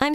I'm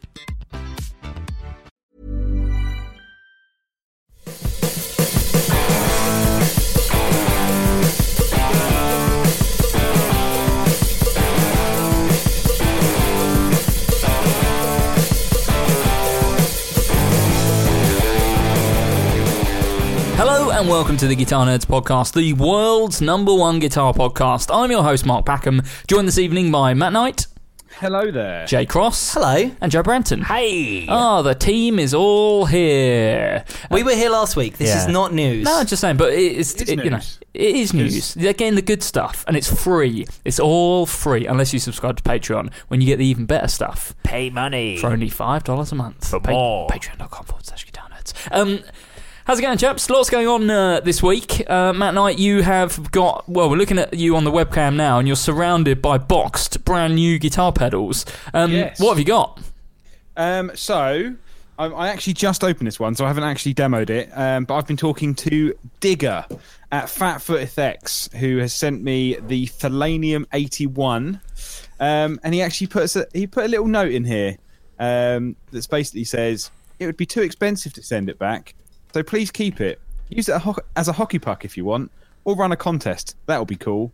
Hello and welcome to the Guitar Nerds podcast, the world's number one guitar podcast. I'm your host Mark Packham, joined this evening by Matt Knight, Hello there. Jay Cross, Hello. and Joe Branton. Hey. Ah, the team is all here. Uh, We were here last week. This is not news. No, I'm just saying, but it is, It is it- you know, news. it is news. It's- They're getting the good stuff, and it's free. It's all free, unless you subscribe to Patreon, when you get the even better stuff Pay money. for only five dollars a month. For more. Patreon.com forward slash guitar nerds. Um, how's it going, chaps? Lots going on uh, this week. Uh, Matt Knight, you have got. Well, we're looking at you on the webcam now, and you're surrounded by boxed, brand new guitar pedals. Um, Yes. What have you got? Um, so I, I actually just opened this one, so I haven't actually demoed it. Um, but I've been talking to Digger at Fatfoot FX, who has sent me the Thalanium 81, um, and he actually puts a, he put a little note in here um, that basically says it would be too expensive to send it back, so please keep it. Use it a ho- as a hockey puck if you want, or run a contest. That would be cool.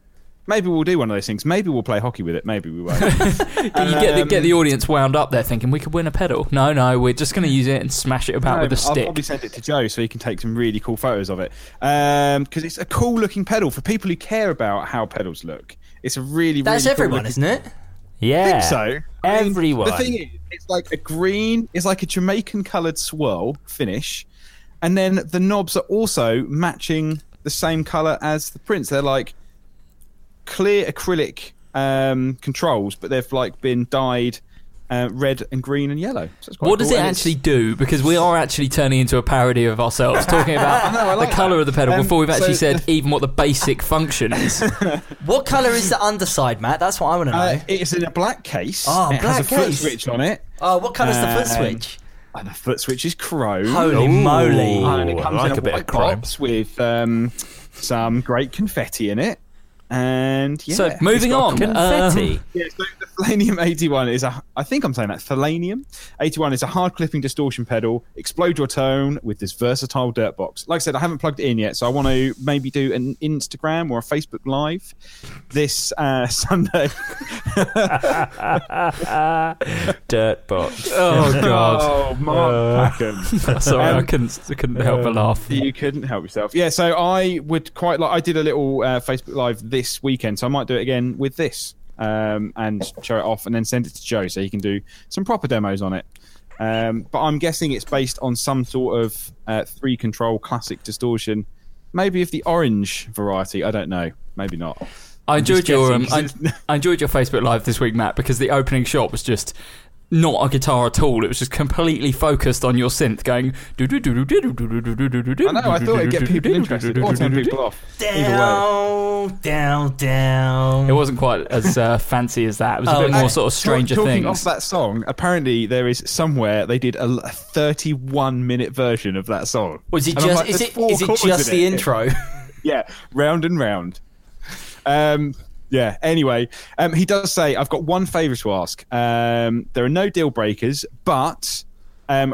Maybe we'll do one of those things. Maybe we'll play hockey with it. Maybe we won't. you get the, Um, get the audience wound up there, thinking we could win a pedal. No, no, we're just going to use it and smash it about No, with a but I'll stick. probably send it to Joe so he can take some really cool photos of it. Because it's a cool looking pedal for people who care about how pedals look. It's a really, That's really everyone, cool isn't it? Yeah. I think so. I mean, Everyone. the thing is, it's like a green, it's like a Jamaican coloured swirl finish, and then the knobs are also matching the same colour as the prints. They're like clear acrylic um, controls, but they've like been dyed uh, red and green and yellow. So it's quite What does cool, it and it's- actually do? Because we are actually turning into a parody of ourselves, talking about know, I like the colour that. of the pedal Um, before we've actually so- said even what the basic function is. What colour is the underside, Matt? That's what I want to know. Uh, it's in a black case. Oh, it has a black foot case. switch on it. oh, what colour's the foot um, switch? And the foot switch is chrome. Oh. Holy moly. And it Ooh, Oh, I comes like in a a, bit of white chrome. box with um, some great confetti in it. And yeah, So moving on, Confetti. um, Yeah, so the Thalanium 81 is a. I think I'm saying that Thalanium 81 is a hard clipping distortion pedal. Explode your tone with this versatile dirt box. Like I said, I haven't plugged it in yet, so I want to maybe do an Instagram or a Facebook Live this uh, Sunday. Dirt box. Uh, oh god! oh, Mark Packham. Sorry, I couldn't. I couldn't help but laugh. Um, You couldn't help yourself. Yeah, so I would quite like. I did a little uh, Facebook Live this weekend, so I might do it again with this um, and show it off and then send it to Joe so he can do some proper demos on it. Um, but I'm guessing it's based on some sort of uh, three control classic distortion, maybe of the orange variety. I don't know. Maybe not. I enjoyed just your um, guessing, I, 'cause I enjoyed your Facebook live this week, Matt, because the opening shot was just not a guitar at all. It was just completely focused on your synth, going. I know. I thought it'd get people interested or turn people off. Either way. Down, down, down. It wasn't quite as uh, fancy as that. It was a Oh, bit okay. more sort of Stranger Talking Things. Off that song, apparently there is somewhere they did a, a 31 minute version of that song. Was it And I'm just? like, is there's it? four Is it chords just in the it. intro? Yeah, round and round. Um, yeah. Anyway, um, he does say, "I've got one favour to ask. Um, there are no deal breakers, but um,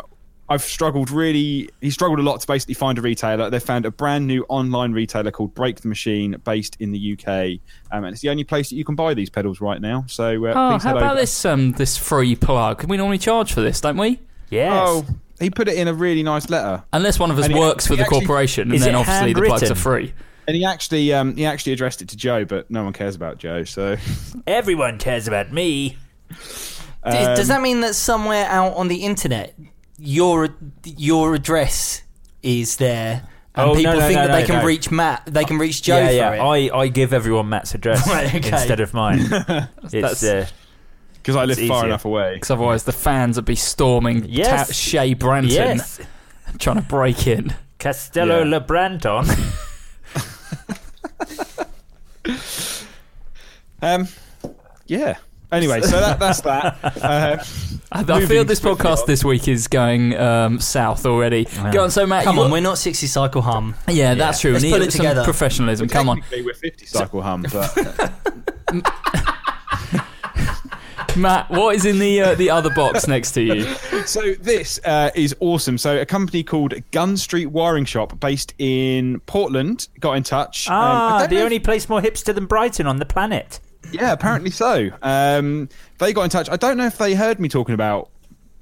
I've struggled really. He struggled a lot to basically find a retailer. They found a brand new online retailer called Break the Machine, based in the UK, um, and it's the only place that you can buy these pedals right now. So, uh, Oh, please how head about over. this um this free plug? We normally charge for this, don't we? Yes. Oh, he put it in a really nice letter, Unless one of us And it- works for it the actually- corporation, and Is then it obviously the plugs are handwritten? free. and he actually um, he actually addressed it to Joe, but no one cares about Joe. So Everyone cares about me. D- Does that Um, mean that somewhere out on the internet, your your address is there, and Oh, no, people no, think that no, no, they can no. reach Matt, they can reach Joe yeah, for yeah. it? I, I give everyone Matt's address Right, okay. instead of mine. it's uh, because I live It's far easier. enough away, Because otherwise, the fans would be storming Yes. Ta- Shea Branton, yes, trying to break in. Castello Yeah. Lebranton. um, yeah. Anyway, so that, that's that. Uh, I, I feel Moving this swiftly podcast on. this week is going um, south already. Go on, so Matt, Come you on, got- we're not 60 cycle hum. yeah, that's true. Let's We put need it some together. Professionalism, come on, technically we're fifty cycle hum, but Matt. What is in the uh, the other box next to you? so this uh, is awesome. So a company called Gun Street Wiring Shop, based in Portland, got in touch. Um, I Ah, don't the know if- only place more hipster than Brighton on the planet. Yeah, apparently so. Um, they got in touch. I don't know if they heard me talking about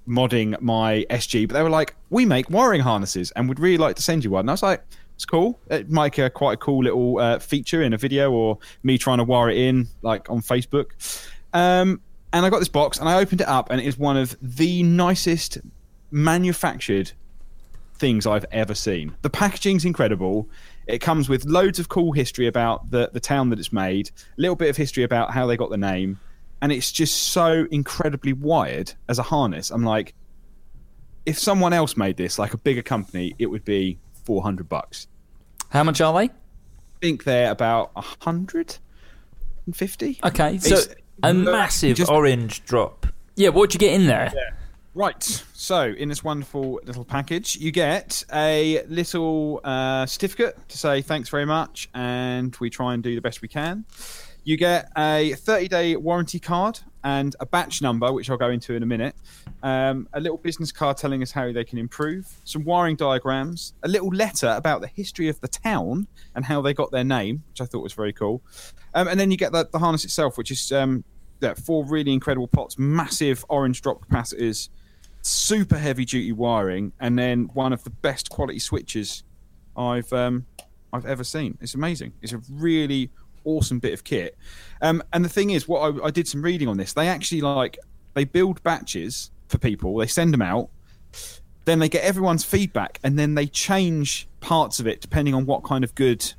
modding my SG, but they were like, "We make wiring harnesses and would really like to send you one." And I was like, "It's cool. It might uh, quite a cool little uh, feature in a video or me trying to wire it in, like on Facebook." Um, and I got this box and I opened it up, and it is one of the nicest manufactured things I've ever seen. The packaging's incredible. It comes with loads of cool history about the, the town that it's made, a little bit of history about how they got the name, and it's just so incredibly wired as a harness. I'm like, if someone else made this, like a bigger company, it would be 400 bucks. How much are they? I think they're about 150. Okay, so It's- a Massive Just- orange drop. yeah, what'd you get in there? Right. So, in this wonderful little package, you get a little uh, certificate to say thanks very much, and we try and do the best we can. You get a 30 day warranty card and a batch number, which I'll go into in a minute. Um, a little business card telling us how they can improve, some wiring diagrams, a little letter about the history of the town and how they got their name, which I thought was very cool. Um, and then you get the, the harness itself, which is um, yeah, four really incredible pots, massive orange drop capacitors, super heavy duty wiring, and then one of the best quality switches I've um, I've ever seen. It's amazing. It's a really awesome bit of kit. Um, and the thing is, what I, I did some reading on this. They actually like they build batches for people. They send them out. Then they get everyone's feedback, and then they change parts of it depending on what kind of good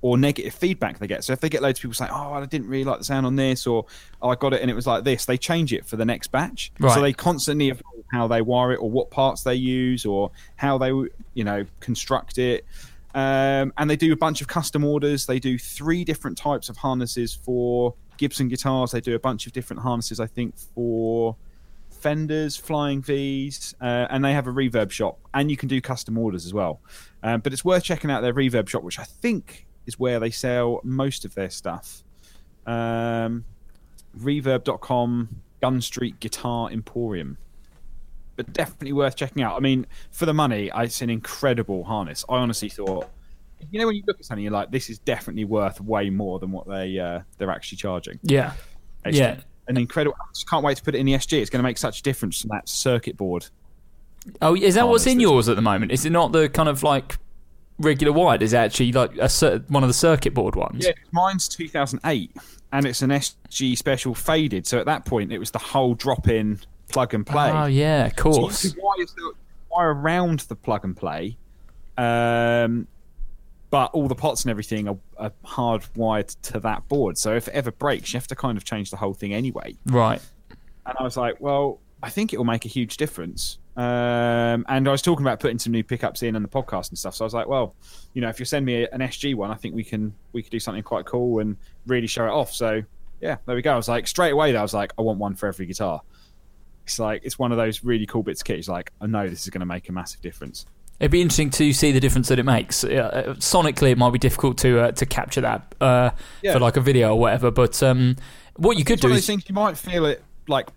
or negative feedback they get. So if they get loads of people saying, "Oh, I didn't really like the sound on this," or "Oh, I got it and it was like this," they change it for the next batch. Right. So they constantly evolve how they wire it, or what parts they use, or how they you know construct it. Um, and they do a bunch of custom orders. They do three different types of harnesses for Gibson guitars. They do a bunch of different harnesses, I think, for Fenders, Flying V's, uh, and they have a reverb shop, and you can do custom orders as well. Um, but it's worth checking out their reverb shop, which I think is where they sell most of their stuff. Um, reverb.com, Gun Street Guitar Emporium. But definitely worth checking out. I mean, for the money, I- it's an incredible harness. I honestly thought, you know, when you look at something, you're like, this is definitely worth way more than what they uh, they're actually charging. Yeah, It's yeah. An incredible. I just can't wait to put it in the SG. It's going to make such a difference to that circuit board. Oh, is that what's Harness in that's- yours at the moment? Is it not the kind of like regular wired? Is it actually like a cer- one of the circuit board ones? Yeah, mine's 2008, and it's an SG special faded. So at that point, it was the whole drop in plug and play. Oh yeah, of course. So you could wire, yourself- wire around the plug and play, um, but all the pots and everything are, are hardwired to that board. So if it ever breaks, you have to kind of change the whole thing anyway. Right. And I was like, well, I think it will make a huge difference. Um, and I was talking about putting some new pickups in on the podcast and stuff. So I was like, well, you know, if you send me a- an SG one, I think we can we could do something quite cool and really show it off. So yeah, there we go. I was like, straight away, though, I was like, I want one for every guitar. It's like it's one of those really cool bits of kit. It's like I know this is going to make a massive difference. It'd be interesting to see the difference that it makes. Yeah, uh, sonically, it might be difficult to uh, to capture that uh, Yeah. for like a video or whatever. But um, what you could It's one do of those is things you might feel it like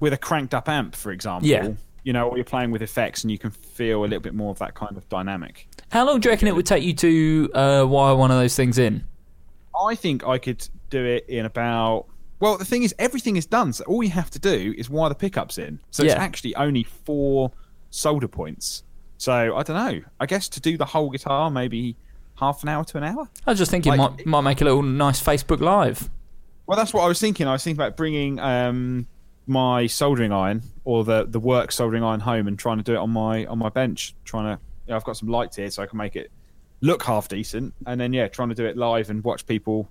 with a cranked up amp, for example. Yeah. You know, or you're playing with effects and you can feel a little bit more of that kind of dynamic. how long do you reckon it would take you to uh, wire one of those things in? I think I could do it in about. Well, the thing is, everything is done, so all you have to do is wire the pickups in. So it's Yeah. actually only four solder points. So I don't know. I guess to do the whole guitar, maybe half an hour to an hour. I just think it Like- might might make a little nice Facebook Live. Well, that's what I was thinking. I was thinking about bringing um, my soldering iron or the the work soldering iron home and trying to do it on my on my bench. Trying to, you know, I've got some lights here, so I can make it look half decent. And then yeah, trying to do it live and watch people.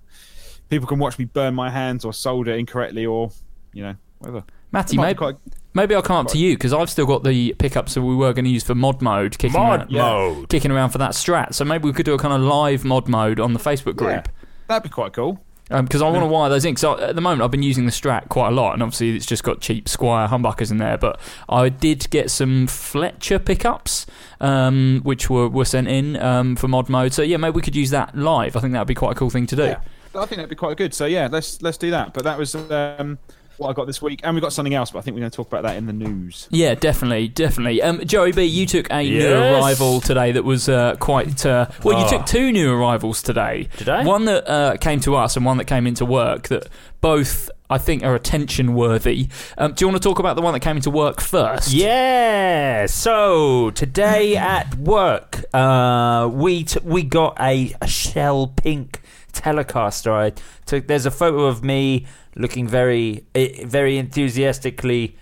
People can watch me burn my hands or solder incorrectly or you know whatever. Matty, Might be maybe, quite- maybe I'll come up to you because I've still got the pickups that we were going to use for mod mode kicking Mod around, mode. kicking around for that strat. So maybe we could do a kind of live mod mode on the Facebook Yeah, group. that'd be quite cool. because I want to wire those in. Because at the moment I've been using the Strat quite a lot, and obviously it's just got cheap Squire humbuckers in there. But I did get some Fletcher pickups, um, which were, were sent in um, for mod mode. So yeah, maybe we could use that live. I think that would be quite a cool thing to do. Yeah, I think that'd be quite good. So yeah, let's let's do that. But that was um, what I got this week, and we got something else. But I think we're going to talk about that in the news. Yeah, definitely, definitely. Um, Joey B, you took a new Yes. arrival today that was uh, quite. Uh, well, you Ah. took two new arrivals today. Did I? One that uh, came to us and one that came into work that both, I think, are attention worthy. Um, do you want to talk about the one that came into work first? Yeah. So today at work, uh, we t- we got a, a shell pink Telecaster. I took. There's a photo of me looking very eh, very enthusiastically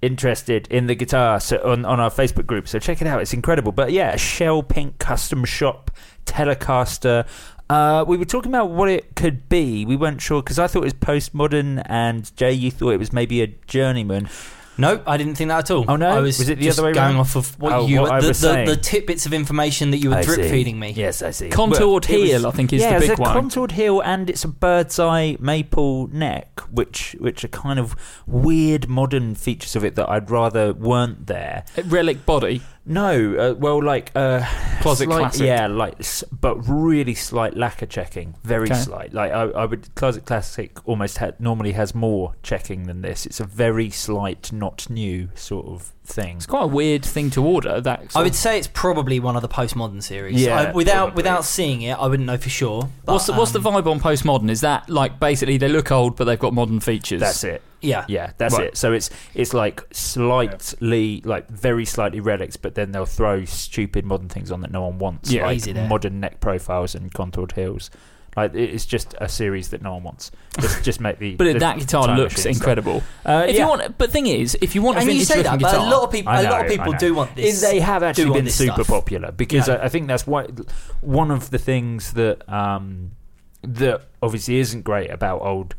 interested in the guitar so on, on our Facebook group. So check it out. It's incredible. But yeah, a shell pink custom shop Telecaster. Uh, we were talking about what it could be. We weren't sure because I thought it was postmodern, and Jay, you thought it was maybe a journeyman. Nope, I didn't think that at all. Oh, no? I was, Was it the just other way going round? off of what Oh, you what I the, was the, saying. the tidbits of information that you were I drip see. feeding me. Yes, I see. Contoured But it heel, I think, is yeah, the big it's a one. Contoured heel, and it's a bird's eye maple neck, which which are kind of weird modern features of it that I'd rather weren't there. Relic body. No, uh, well, like uh, Closet slight- classic. yeah, like s- but really slight lacquer checking, very Okay. slight. Like I, I would closet classic almost had normally has more checking than this. It's a very slight, not new sort of thing. It's quite a weird thing to order. That I would say it's probably one of the postmodern series. Yeah, I, without probably. without seeing it, I wouldn't know for sure. But, what's the, what's the um, vibe on postmodern? Is that like basically they look old but they've got modern features? That's it. yeah. Yeah, that's Right. it. So it's it's like slightly, like very slightly relics, but then they'll throw stupid modern things on that no one wants, Yeah. like Easy there. modern neck profiles and contoured heels. Like it- it's just a series that no one wants. Just, just make the. But the that guitar time looks machine stuff. incredible. Uh, if yeah. you want, but thing is, if you want a And you vintage say looking that, but guitar, a lot of people I a lot know, of I people know. do want this. They have do actually want been this super stuff. popular because Yeah. I, I think that's why one of the things that um, that obviously isn't great about old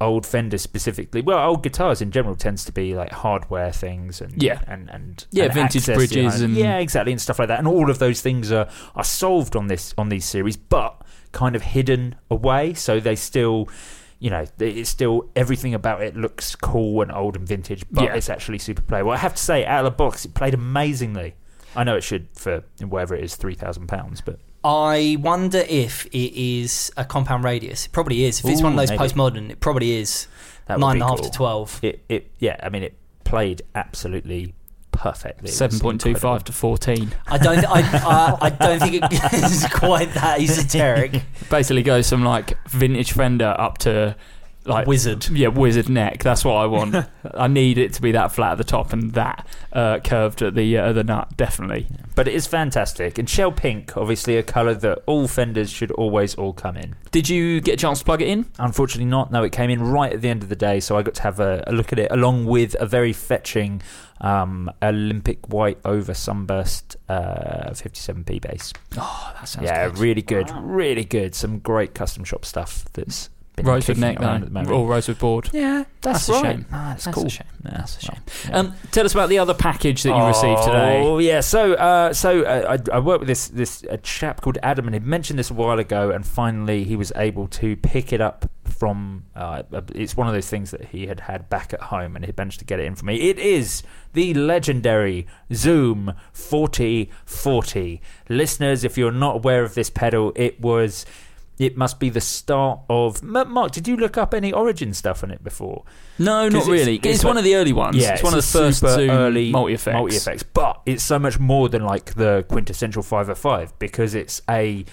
old Fender specifically. Well, old guitars in general tends to be like hardware things and Yeah. and and Yeah, and vintage access to- bridges and- yeah, exactly, and stuff like that. And all of those things are are solved on this on these series, but kind of hidden away, so they still. You know, they- it's still everything about it looks cool and old and vintage, but Yeah. it's actually super playable. I have to say, out of the box, it played amazingly. I know it should for whatever it is, three thousand pounds, but I wonder if it is a compound radius. It probably is. If it's Ooh, one of those maybe. postmodern, it probably is That would nine be and a half to cool. twelve. it, it yeah, I mean, it played absolutely perfectly. It was seven point two five incredible. to fourteen I don't. th- I, I, I don't think it is quite that esoteric. basically goes from like vintage Fender up to like Wizard. Yeah, wizard neck. That's what I want. I need it to be that flat at the top and that uh, curved at the uh, the nut. Definitely. But it is fantastic. And shell pink, obviously, a colour that all Fenders should always all come in. Did you get a chance to plug it in? Unfortunately, not. No, it came in right at the end of the day, so I got to have a, a look at it along with a very fetching um, Olympic white over sunburst uh, 57p bass. Oh, that sounds yeah, good. really good, really good. Some great custom shop stuff that's been rosewood kicking neck around at the though, moment. or rosewood board. Yeah, that's, That's a right. shame. Ah, that's, That's a cool. shame. Yeah, That's a well, shame. yeah. Um, tell us about the other package that you received today. Oh yeah, so uh, so uh, I, I worked with this this a chap called Adam, and he mentioned this a while ago, and finally he was able to pick it up from. Uh, it's one of those things that he had had back at home, and he managed to get it in for me. It is the legendary Zoom forty forty. Listeners, if you're not aware of this pedal, it was. It must be the start of M- Mark. Did you look up any origin stuff on it before? No, not 'Cause it's- really. It's, it's one like- of the early ones. it's, one of a the first super um, Zoom early multi effects. multi-effects, but oh it's so much more than like the quintessential 505 because it's a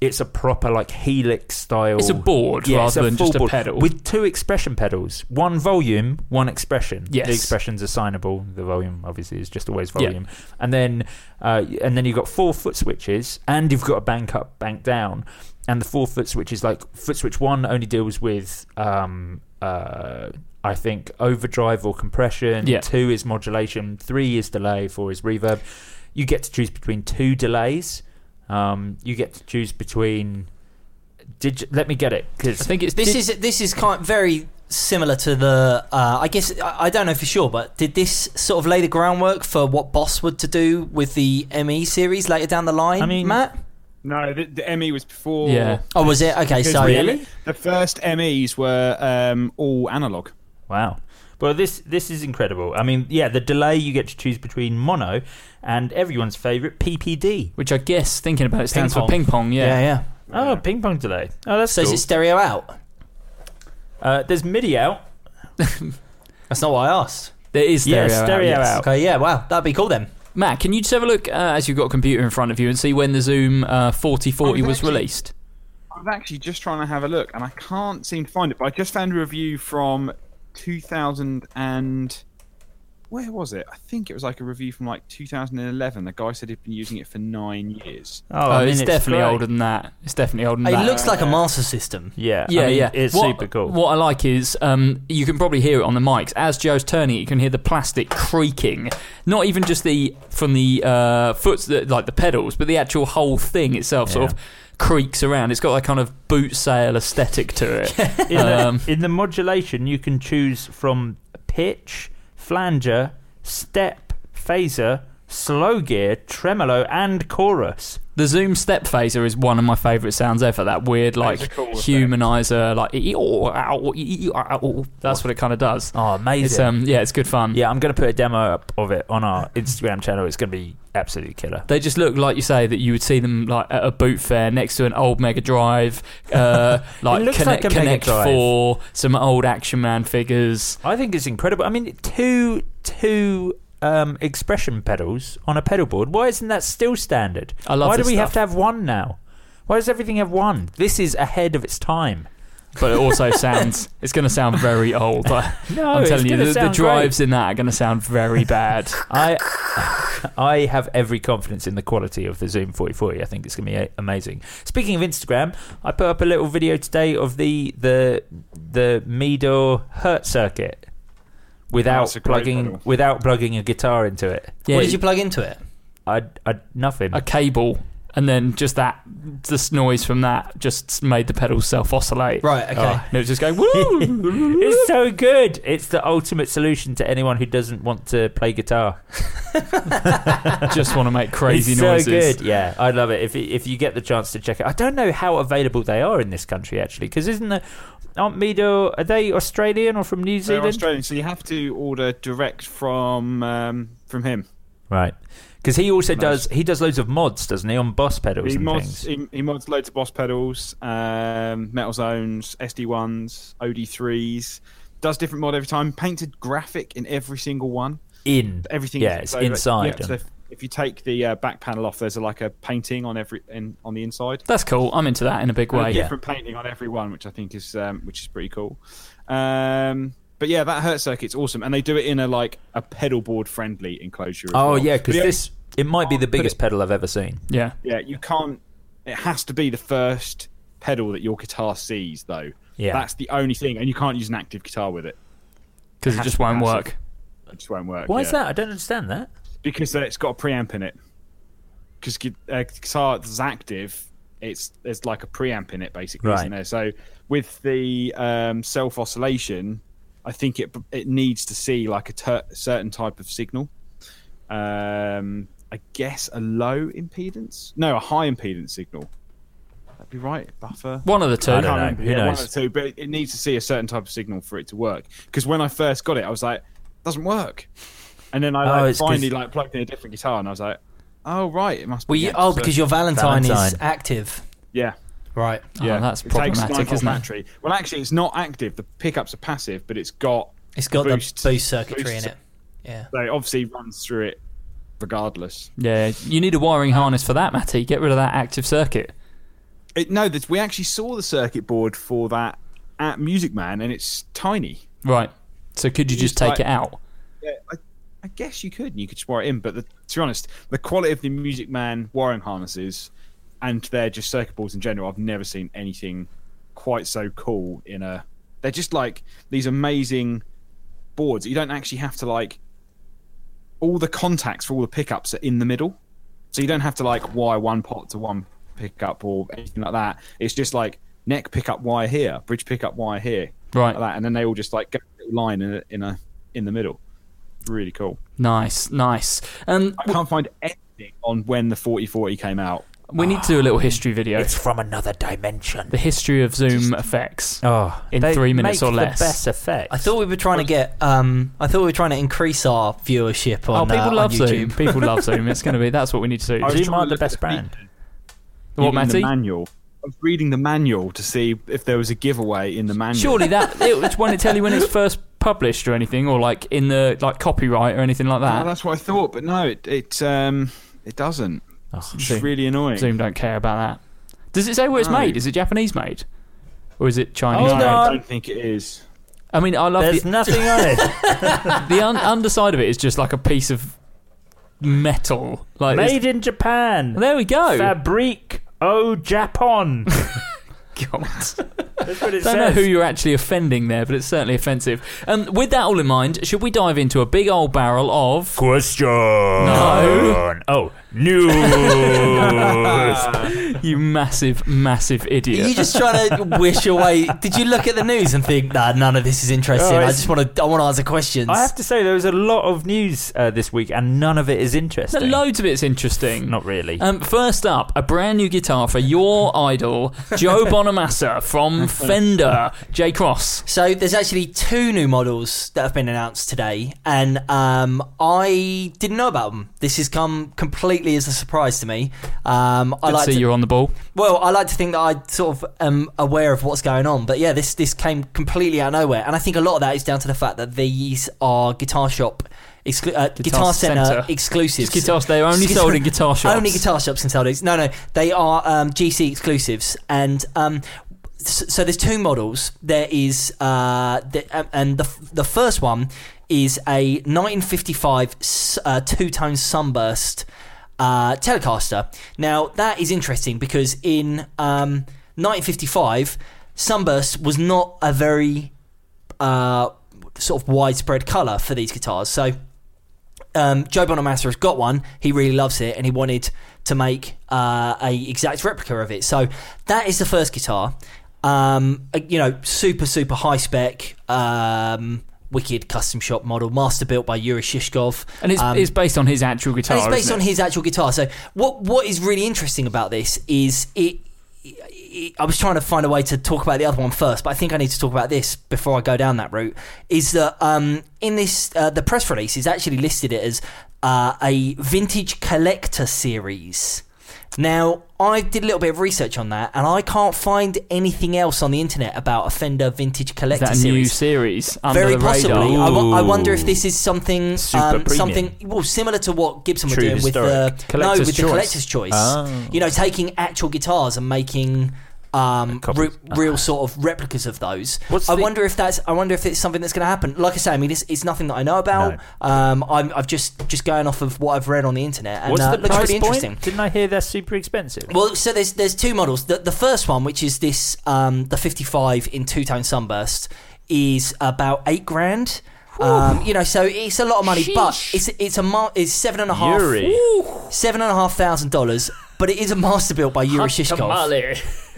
it's a proper like helix style. It's a board Yeah, rather it's a than full just a board pedal. with two expression pedals, one volume, one expression. Yes. the expression's assignable. The volume obviously is just always volume, and then uh, and then you've got four foot switches, and you've got a bank up, bank down, and the four foot switch is like foot switch one only deals with. Um, uh, I think overdrive or compression. Yeah. Two is modulation. Three is delay. Four is reverb. You get to choose between two delays. Um, you get to choose between. Did let me get it I because think it's This is this is kind very similar to the. Uh, I guess I, I don't know for sure, but did this sort of lay the groundwork for what Boss would to do with the ME series later down the line? I mean- Matt. No, the, the ME was before. Yeah. Oh, was it okay? Because So The first MEs were um, all analog. wow. Well, this this is incredible. I mean, yeah, the delay you get to choose between mono and everyone's favorite PPD. which I guess thinking about it stands for pong. ping pong. Yeah. yeah, yeah. Oh, ping pong delay. Oh, that's So cool. is it stereo out? uh, there's MIDI out. That's not what I asked. There is stereo. yeah, stereo yes. Oh, out. Okay, yeah, wow, that'd be cool then. Matt, can you just have a look uh, as you've got a computer in front of you and see when the Zoom uh, 4040 Oh, was actually- released? I was actually just trying to have a look, and I can't seem to find it. But I just found a review from 2000 and where was it? I think it was like a review from like 2011. The guy said he'd been using it for nine years. Oh, Oh, I mean, it's definitely great. older than that. It's definitely older than It that. looks like a master system. Yeah, I yeah, mean, yeah. It's What- super cool. What I like is um, you can probably hear it on the mics. As Joe's turning, it, you can hear the plastic creaking. Not even just the from the uh, foot, the, like the pedals, but the actual whole thing itself sort Yeah. of creaks around. It's got that kind of boot sale aesthetic to it. in, the, Um, in the modulation, you can choose from pitch, flanger, step, phaser, slow gear, tremolo, and chorus. the Zoom Step Phaser is one of my favourite sounds ever. That weird, like a cool effect. humanizer, like "Ee, oh, ow, ee, ee, ow." that's what it kind of does. Oh, amazing! It's um, yeah, it's good fun. yeah, I'm going to put a demo up of it on our Instagram channel. It's going to be absolutely killer. They just look like you say that you would see them like at a boot fair next to an old Mega Drive, uh, like looks Connect, like a Mega Connect Drive. Four, some old Action Man figures. I think it's incredible. I mean, two two um, expression pedals on a pedal board. Why isn't that still standard? I love Why do this we have stuff. to have one now? Why does everything have one? This is ahead of its time. But it also sounds it's going to sound very old. I, No, I'm it's telling you, the, gonna the sound great. drives in that are going to sound very bad. I I have every confidence in the quality of the Zoom 4040. I think it's going to be a- amazing. Speaking of Instagram, I put up a little video today of the the the Meador Hurt circuit without That's a great plugging model. without plugging a guitar into it. Yeah, What did you plug into it? I I nothing. a cable, and then just that this noise from that just made the pedals self oscillate. Right, okay. And it was just going woo. It's so good. It's the ultimate solution to anyone who doesn't want to play guitar. just want to make crazy it's noises. So good. Yeah, I love it. If if you get the chance to check it, I don't know how available they are in this country actually, because isn't the aren't Mido are they Australian or from New They're Zealand? Australian, so you have to order direct from um, from him. right. Because he also does he does loads of mods, doesn't he, on boss pedals He and mods, things. he, he mods loads of boss pedals, um, metal zones, SD ones, OD threes. Does different mod every time. Painted graphic in every single one. In Everything. Yeah, it's so, like, inside. yeah, so if, if you take the uh, back panel off, there's a, like a painting on every in, on the inside. That's cool. I'm into that in a big And a way. different painting on every one, which I think is um, which is pretty cool. Um, but yeah, that hurt circuit's awesome, and they do it in a like a pedal board friendly enclosure. as oh well. yeah, because But this it might be the Put it- biggest pedal I've ever seen. Yeah. Yeah, you can't. It has to be the first pedal that your guitar sees, though. Yeah. that's the only thing, and you can't use an active guitar with it. because it Has just to won't pass it. work. It just won't work. Why is yeah. that? I don't understand that. Because uh, it's got a preamp in it. Because uh, guitar is active, it's there's like a preamp in it basically, Right. isn't there? So with the um, self oscillation, I think it it needs to see like a ter- certain type of signal. Um, I guess a low impedance, no, a high impedance signal. That'd be right. Buffer. One of the I two. don't know. remember, Who yeah, knows? One or two, but it- it needs to see a certain type of signal for it to work. Because when I first got it, I was like, doesn't work. And then I Oh, like, it's 'cause- finally like plugged in a different guitar, and I was like, oh right, it must be. Well, you, oh, So- because your Valentine, is Valentine. active, yeah, right? yeah, Oh, that's It takes nine problematic, volt isn't it? Battery. Well, actually, it's not active. The pickups are passive, but it's got It's got boost, the boost circuitry boost- in it. Yeah. So it obviously runs through it regardless. Yeah, you need a wiring harness for that, Matty. Get rid of that active circuit. It, no, this, we actually saw the circuit board for that at Music Man, and it's tiny. Right. So could you just Right. take it out? Yeah, I, I guess you could, and you could just wire it in. But the, to be honest, the quality of the Music Man wiring harnesses and they're just circuit boards in general, I've never seen anything quite so cool in a. They're just like these amazing boards. that You don't actually have to like. All the contacts for all the pickups are in the middle, so you don't have to like wire one pot to one pickup or anything like that. It's just like neck pickup wire here, bridge pickup wire here, Right. Like that, and then they all just like go in a line in a, in a in the middle really cool. Nice, nice. Um, I can't find anything on when the 4040 came out. we need to do a little history video. It's from another dimension. the history of Zoom effects. Oh, In they three minutes make or less. The best effect. I thought we were trying to get. Um, I thought we were trying to increase our viewership on, oh, people uh, on love Zoom. YouTube. People love Zoom. It's going to be. That's what we need to do. I was Zoom trying are to the look best at brand. features what, in The Matty? manual. I was reading the manual to see if there was a giveaway in the manual. Surely that it was when it tell you when it's first published or anything, or like in the like copyright or anything like No, that. Oh, that's what I thought, but no, it it um it doesn't. Oh, It's just Zoom. really annoying. Zoom don't care about that. Does it say where it's No. made? Is it Japanese made, or is it Chinese Oh, No, made? I don't think it is. I mean, I love There's the, nothing on it. the un- underside of it is just like a piece of metal. Like it's- Made in Japan. there we go. Fabrique au Japon. God. That's what it Don't know says. who you're actually offending there, but it's certainly offensive. Um, with that all in mind, should we dive into a big old barrel of? Question. No. Oh, news. You massive, massive Are you idiot! just trying to wish away? Did you look at the news and think, nah, none of this is interesting? Oh, I it's- just want to. I want to answer questions. I have to say, there was a lot of news uh, this week, and none of it is But interesting. loads of it's interesting. Not really. Um, first up, a brand new guitar for your idol, Joe Bonamassa from Fender, J Cross. So there's actually two new models that have been announced today, and um, I didn't know about them. This has come completely as a surprise to me. Um, I Good like see to, you're on the ball. well, I like to think that I sort of am aware of what's going on, but yeah, this this came completely out of nowhere, and I think a lot of that is down to the fact that these are Guitar Shop, exclu- uh, Guitar, Center, Centre. exclusives. Just guitars, they're only Excuse- sold in guitar shops. Only guitar shops can sell these. No, no, they are um, GC exclusives, and um, so, so there's two models. There is uh, the, um, and the f- the first one is a 1955 s- uh, two tone sunburst uh, Telecaster. Now that is interesting because in um, 1955, sunburst was not a very uh, sort of widespread colour for these guitars. So um, Joe Bonamassa has got one. He really loves it, and he wanted to make uh, a exact replica of it. So that is the first guitar. Um, uh, you know, super super high spec, um, wicked custom shop model, master built by Yuri Shishkov. And it's, Um, it's based on his actual guitar. and it's based isn't on it? his actual guitar. So what what is really interesting about this is it. it- I was trying to find a way to talk about the other one first, but I think I need to talk about this before I go down that route. Is that um, in this uh, the press release is actually listed it as uh, a vintage collector series. Now I did a little bit of research on that, and I can't find anything else on the internet about a Fender vintage Is collector that a series. new series under Very the radar? possibly. I, w- I Ooh. wonder if this is something, Super um, premium. something well similar to what Gibson True were doing with the historic. no, Collector's with the choice. collector's choice. Oh. You know, taking actual guitars and making um, Copies. re- real sort of replicas of those. Ah. What's I the- wonder if that's. I wonder if it's something that's going to happen. Like I say, I mean, it's, it's nothing that I know about. Um, I'm, I've just just going off of what I've read on the internet, and What's uh, the looks price really point? interesting. Didn't I hear they're super expensive? Well, so there's there's two models. The the first one, which is this um, the 55 in two tone sunburst, is about eight grand. Um, you know, so it's a lot of money, but it's it's a mar- it's seven and a half Yuri. seven and a half thousand dollars. But it is a master built by Yuri Shishkov,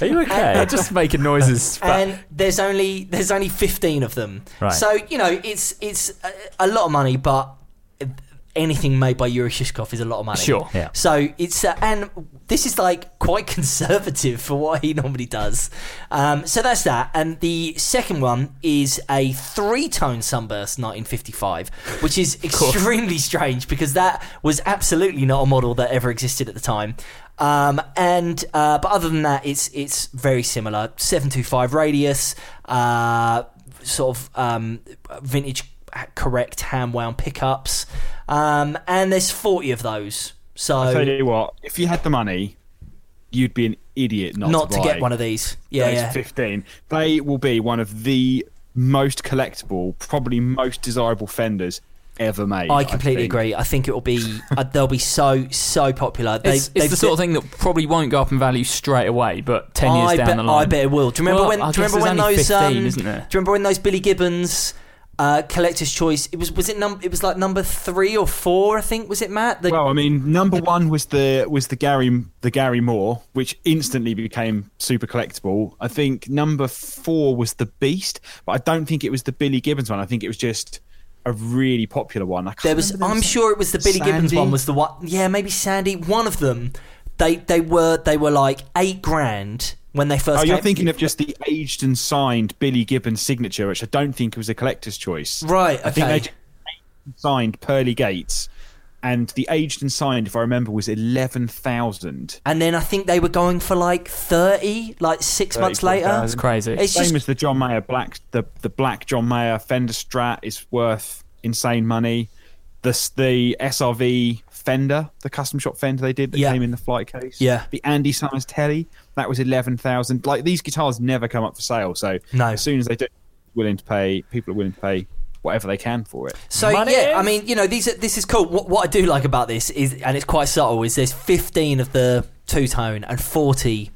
Are you okay? They're just making noises. and there's only there's only fifteen of them. Right. So you know, it's it's a, a lot of money, but anything made by Yuri Shishkov is a lot of money. Sure. Yeah. So it's uh, and this is like quite conservative for what he normally does. Um, so that's that. And the second one is a three-tone sunburst 1955, which is extremely strange because that was absolutely not a model that ever existed at the time. Um, and uh, but other than that, it's it's very similar. 725 radius, uh, sort of um, vintage correct hand wound pickups. Um, and there's 40 of those. So I tell you what, if you had the money, you'd be an idiot not, not, to, buy get one of these. Yeah, those yeah. 15. They will be one of the most collectible, probably most desirable fenders ever made. I completely think. agree. I think it will be. uh, they'll be so so popular. They, It's, it's the sort of thing that probably won't go up in value straight away, but ten years I down bet, the line. I bet it will. Do you remember Well, when? I do you guess remember when there's only those? 15, um, isn't there? Do you remember when those Billy Gibbons uh, collector's choice? It was was it num? It was like number three or four, I think. Was it Matt? The, Well, I mean, number one was the was the Gary the Gary Moore, which instantly became super collectible. I think number four was the Beast, but I don't think it was the Billy Gibbons one. I think it was just a really popular one. I can't there was. remember I'm some- sure it was the Billy Gibbons Sandy? one. Was the one? Yeah, maybe Sandy. One of them. They they were they were like eight grand when they first. Oh, you're came- thinking of just the aged and signed Billy Gibbons signature, which I don't think was a collector's choice. Right, I think they okay. just signed Pearly Gates, and the aged and signed, if I remember, was eleven thousand. And then I think they were going for like thirty, like six months later. 34,000. That's crazy. It's Same just as the John Mayer black, the the black John Mayer Fender Strat is worth insane money. The s- the SRV Fender, the custom shop Fender they did that Yeah. came in the flight case. Yeah. the Andy Summers Telly that was eleven thousand. Like these guitars never come up for sale, so No. as soon as they do, willing to pay, people are willing to pay whatever they can for it. So yeah, I mean, you know, these are, this is cool. What, what I do like about this is, and it's quite subtle, is there's 15 of the two tone and 40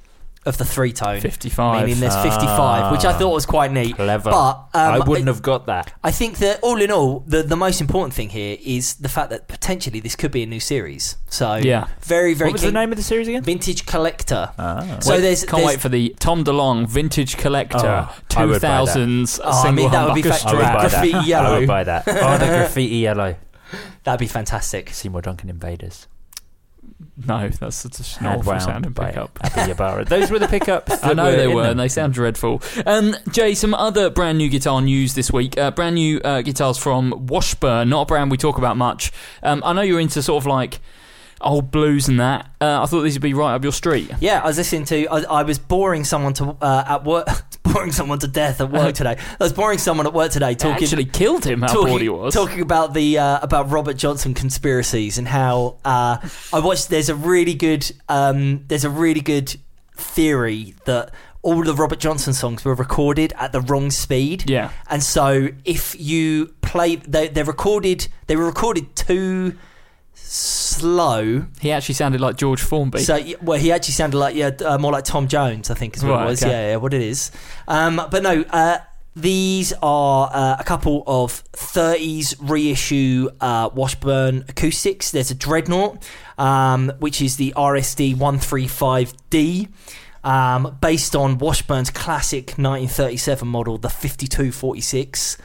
of the three tone. 55. Meaning there's 55, which I thought was quite neat. Clever. But um, I wouldn't I, have got that. I think that all in all, the the most important thing here is the fact that potentially this could be a new series. So Yeah. very very. What was the keen- name Ah. of the series again? Vintage collector. So Wait, there's can't there's- wait for the Tom DeLong Vintage Collector Oh, I would buy that. 2000s Oh, I single mean, that would be humbucker fa- I would strap. buy Graffiti that. I yellow. would buy that. Oh, the graffiti yellow. that'd be fantastic. Seymour Duncan Invaders. No, that's such an Hand awful wound sounding by pickup. Abby Ybarra. Those were the pickups. I that know they in were, them. and they sound dreadful. Um, Jay, some other brand new guitar news this week. Uh, brand new uh, guitars from Washburn, not a brand we talk about much. Um, I know you're into sort of like old blues and that. Uh, I thought these would be right up your street. Yeah, I was listening to. I, I was boring someone to uh, at work, boring someone to death at work today. I was boring someone at work today talking. Actually, killed him. How bored he Talking, was. talking about the uh, about Robert Johnson conspiracies and how uh, I watched. There's a really good um, there's a really good theory that all the Robert Johnson songs were recorded at the wrong speed. Yeah. and so if you play, they they recorded they were recorded too slow He actually sounded like George Formby. so y- well, he actually sounded like yeah, uh, more like Tom Jones, I think is what Right, it was. okay. Yeah, yeah, what it is. Um, but no, uh, these are uh, a couple of 30s reissue uh, Washburn acoustics. There's a Dreadnought, um, which is the RSD 135D. Um, based on Washburn's classic 1937 model, the 5246,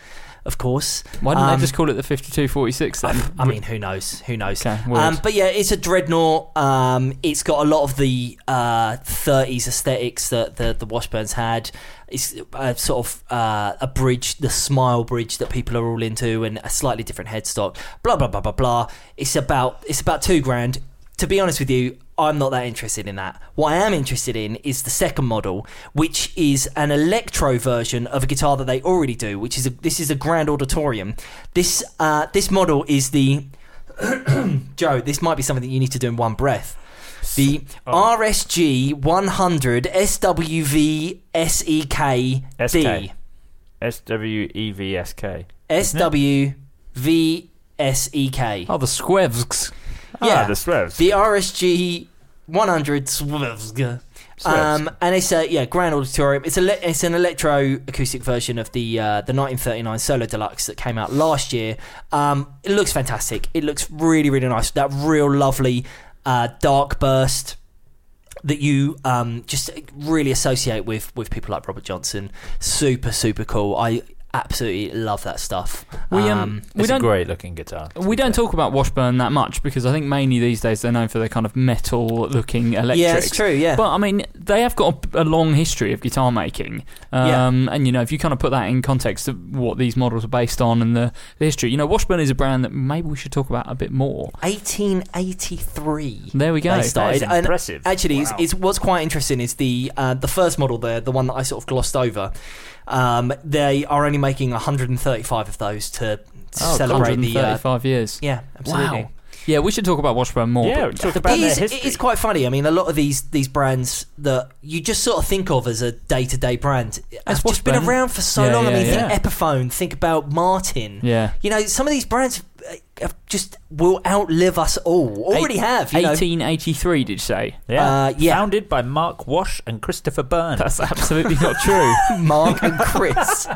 of course. Why didn't Um, they just call it the 5246 then? I mean, who knows? Who knows? Okay, weird. um, but yeah, it's a dreadnought. Um, it's got a lot of the uh, 30s aesthetics that the, the Washburns had. It's uh, sort of uh, a bridge, the smile bridge that people are all into, and a slightly different headstock. Blah blah blah blah blah. It's about it's about two grand. To be honest with you, I'm not that interested in that. What I am interested in is the second model, which is an electro version of a guitar that they already do, which is a, this is a grand auditorium. This uh, this model is the Joe, this might be something that you need to do in one breath. The RSG 100 SWV SEK E D. SK. S W E V S K. SWV SEK. oh, the Squevs. Ah, the Swerves. The RSG 100 Swivs. Um, and it's a yeah grand auditorium. It's a le- it's an electro acoustic version of the uh, the 1939 solo deluxe that came out last year. Um, it looks fantastic. It looks really really nice. That real lovely uh, dark burst that you um, just really associate with with people like Robert Johnson. Super super cool. I absolutely love that stuff. We, um, we it's a don't great looking guitar. to we be don't fair. talk about Washburn that much because I think mainly these days they're known for their kind of metal looking electrics. yeah, it's true. Yeah, But I mean, they have got a, a long history of guitar making, um, and you know, if you kind of put that in context of what these models are based on and the, the history, you know, Washburn is a brand that maybe we should talk about a bit more. 1883. There we go. They started. That is And impressive. actually, it's, it's what's quite interesting is the uh, the first model there, the one that I sort of glossed over. Um, they are only making 135 of those to Oh, celebrate the. Uh, 135 years. yeah, absolutely. Wow. Yeah, we should talk about Washburn more. Yeah, but- talk about It their is, history. it is quite funny. I mean, a lot of these these brands that you just sort of think of as a day to day brand have just been Washburn. around for so Yeah, long. I yeah, mean, yeah. think Epiphone, think about Martin. Yeah. You know, some of these brands uh, have just will outlive us all. Already have. You know. 1883, did you say? yeah. Uh, yeah. Founded by Mark Wash and Christopher Byrne. That's absolutely not true. Mark and Chris.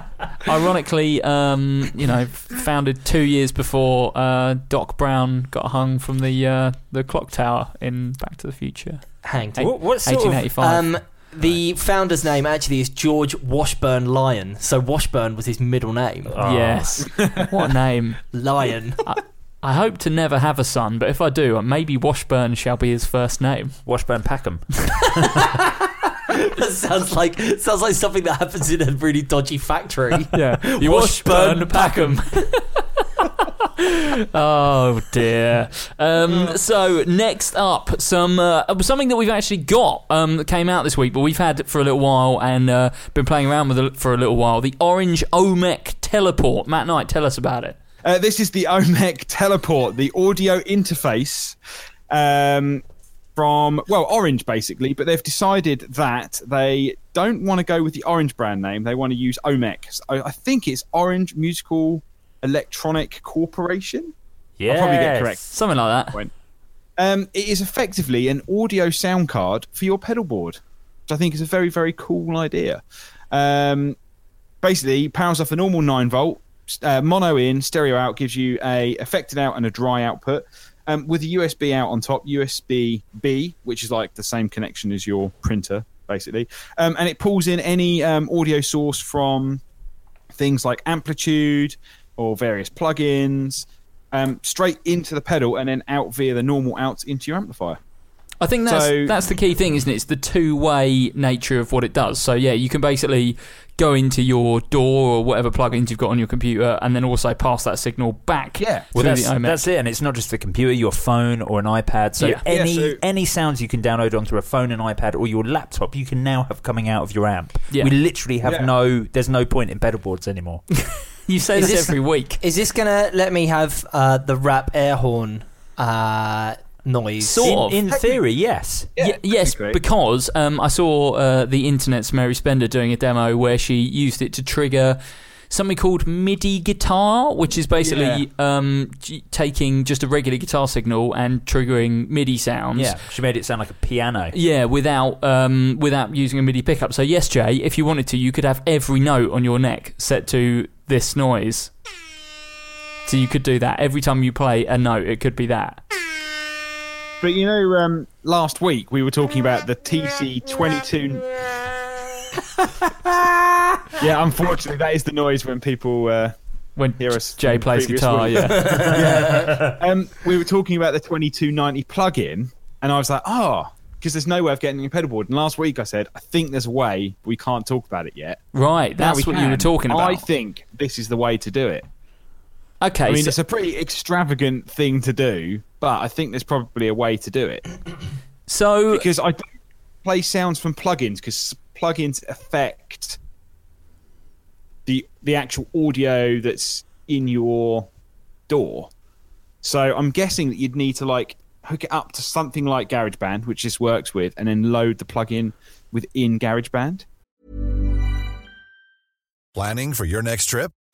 Ironically, um, you know, founded two years before uh, Doc Brown got hung from the uh, the clock tower in Back to the Future, Hanged. What, what sort of 1885. Um, the founder's name actually is George Washburn Lyon. So Washburn was his middle name. Ah. yes, what a name! Lyon. I, I hope to never have a son, but if I do, maybe Washburn shall be his first name. Washburn Packham? that sounds like sounds like something that happens in a really dodgy factory. Yeah, you Washburn Washburn Packham. oh dear. Um, so next up, some uh, something that we've actually got um, that came out this week, but we've had it for a little while and uh, been playing around with it for a little while. The Orange Omec Teleport. Matt Knight, tell us about it. Uh, this is the Omec Teleport, the audio interface um, from, well, Orange basically, but they've decided that they don't want to go with the Orange brand name. They want to use Omec. So I I think it's Orange Musical Electronic Corporation. Yeah. probably get correct. Something like that. Um, it is effectively an audio sound card for your pedal board, which I think is a very, very cool idea. Um, basically, powers off a normal 9 volt, uh, mono in, stereo out, gives you a affected out and a dry output. Um, with a USB out on top, USB B, which is like the same connection as your printer, basically. Um, and it pulls in any um, audio source from things like amplitude or various plugins um, straight into the pedal and then out via the normal out into your amplifier. I think that's So- that's the key thing, isn't it? It's the two-way nature of what it does. So yeah, you can basically go into your door or whatever plugins you've got on your computer, and then also pass that signal back. Yeah. Well, through that's, the OMEC. that's it, and it's not just the computer, your phone or an iPad. So Yeah. Yeah, any so- any sounds you can download onto a phone, an iPad, or your laptop, you can now have coming out of your amp. Yeah. We literally have Yeah. no. There's no point in pedal boards anymore. You say Is this, this- every week. Is this gonna let me have uh, the rap air horn uh, noise? Sort in, of. in theory, yes. Yeah, Ye- yes, that'd be great. because um, I saw uh, the internet's Mary Spender doing a demo where she used it to trigger something called MIDI guitar, which is basically um, g- taking just a regular guitar signal and triggering MIDI sounds. Yeah. She made it sound like a piano. Yeah, without um, without using a MIDI pickup. So yes, Jay, if you wanted to, you could have every note on your neck set to this noise. So you could do that every time you play a note. It could be that. But you know, um, last week we were talking about the TC22. yeah, unfortunately, that is the noise when people. Uh, When Hear us Jay from plays previous guitar, week. yeah. um, we were talking about the 2290 plug-in, and I was like, oh, because there's no way of getting a pedal board. And last week I said, I think there's a way. We can't talk about it yet. Right, Now that's we what you were can. talking about. I think this is the way to do it. okay, I mean, so- it's a pretty extravagant thing to do, but I think there's probably a way to do it. so because I don't play sounds from plugins because plugins affect the the actual audio that's in your door. So I'm guessing that you'd need to like hook it up to something like GarageBand, which this works with, and then load the plugin within GarageBand. Planning for your next trip?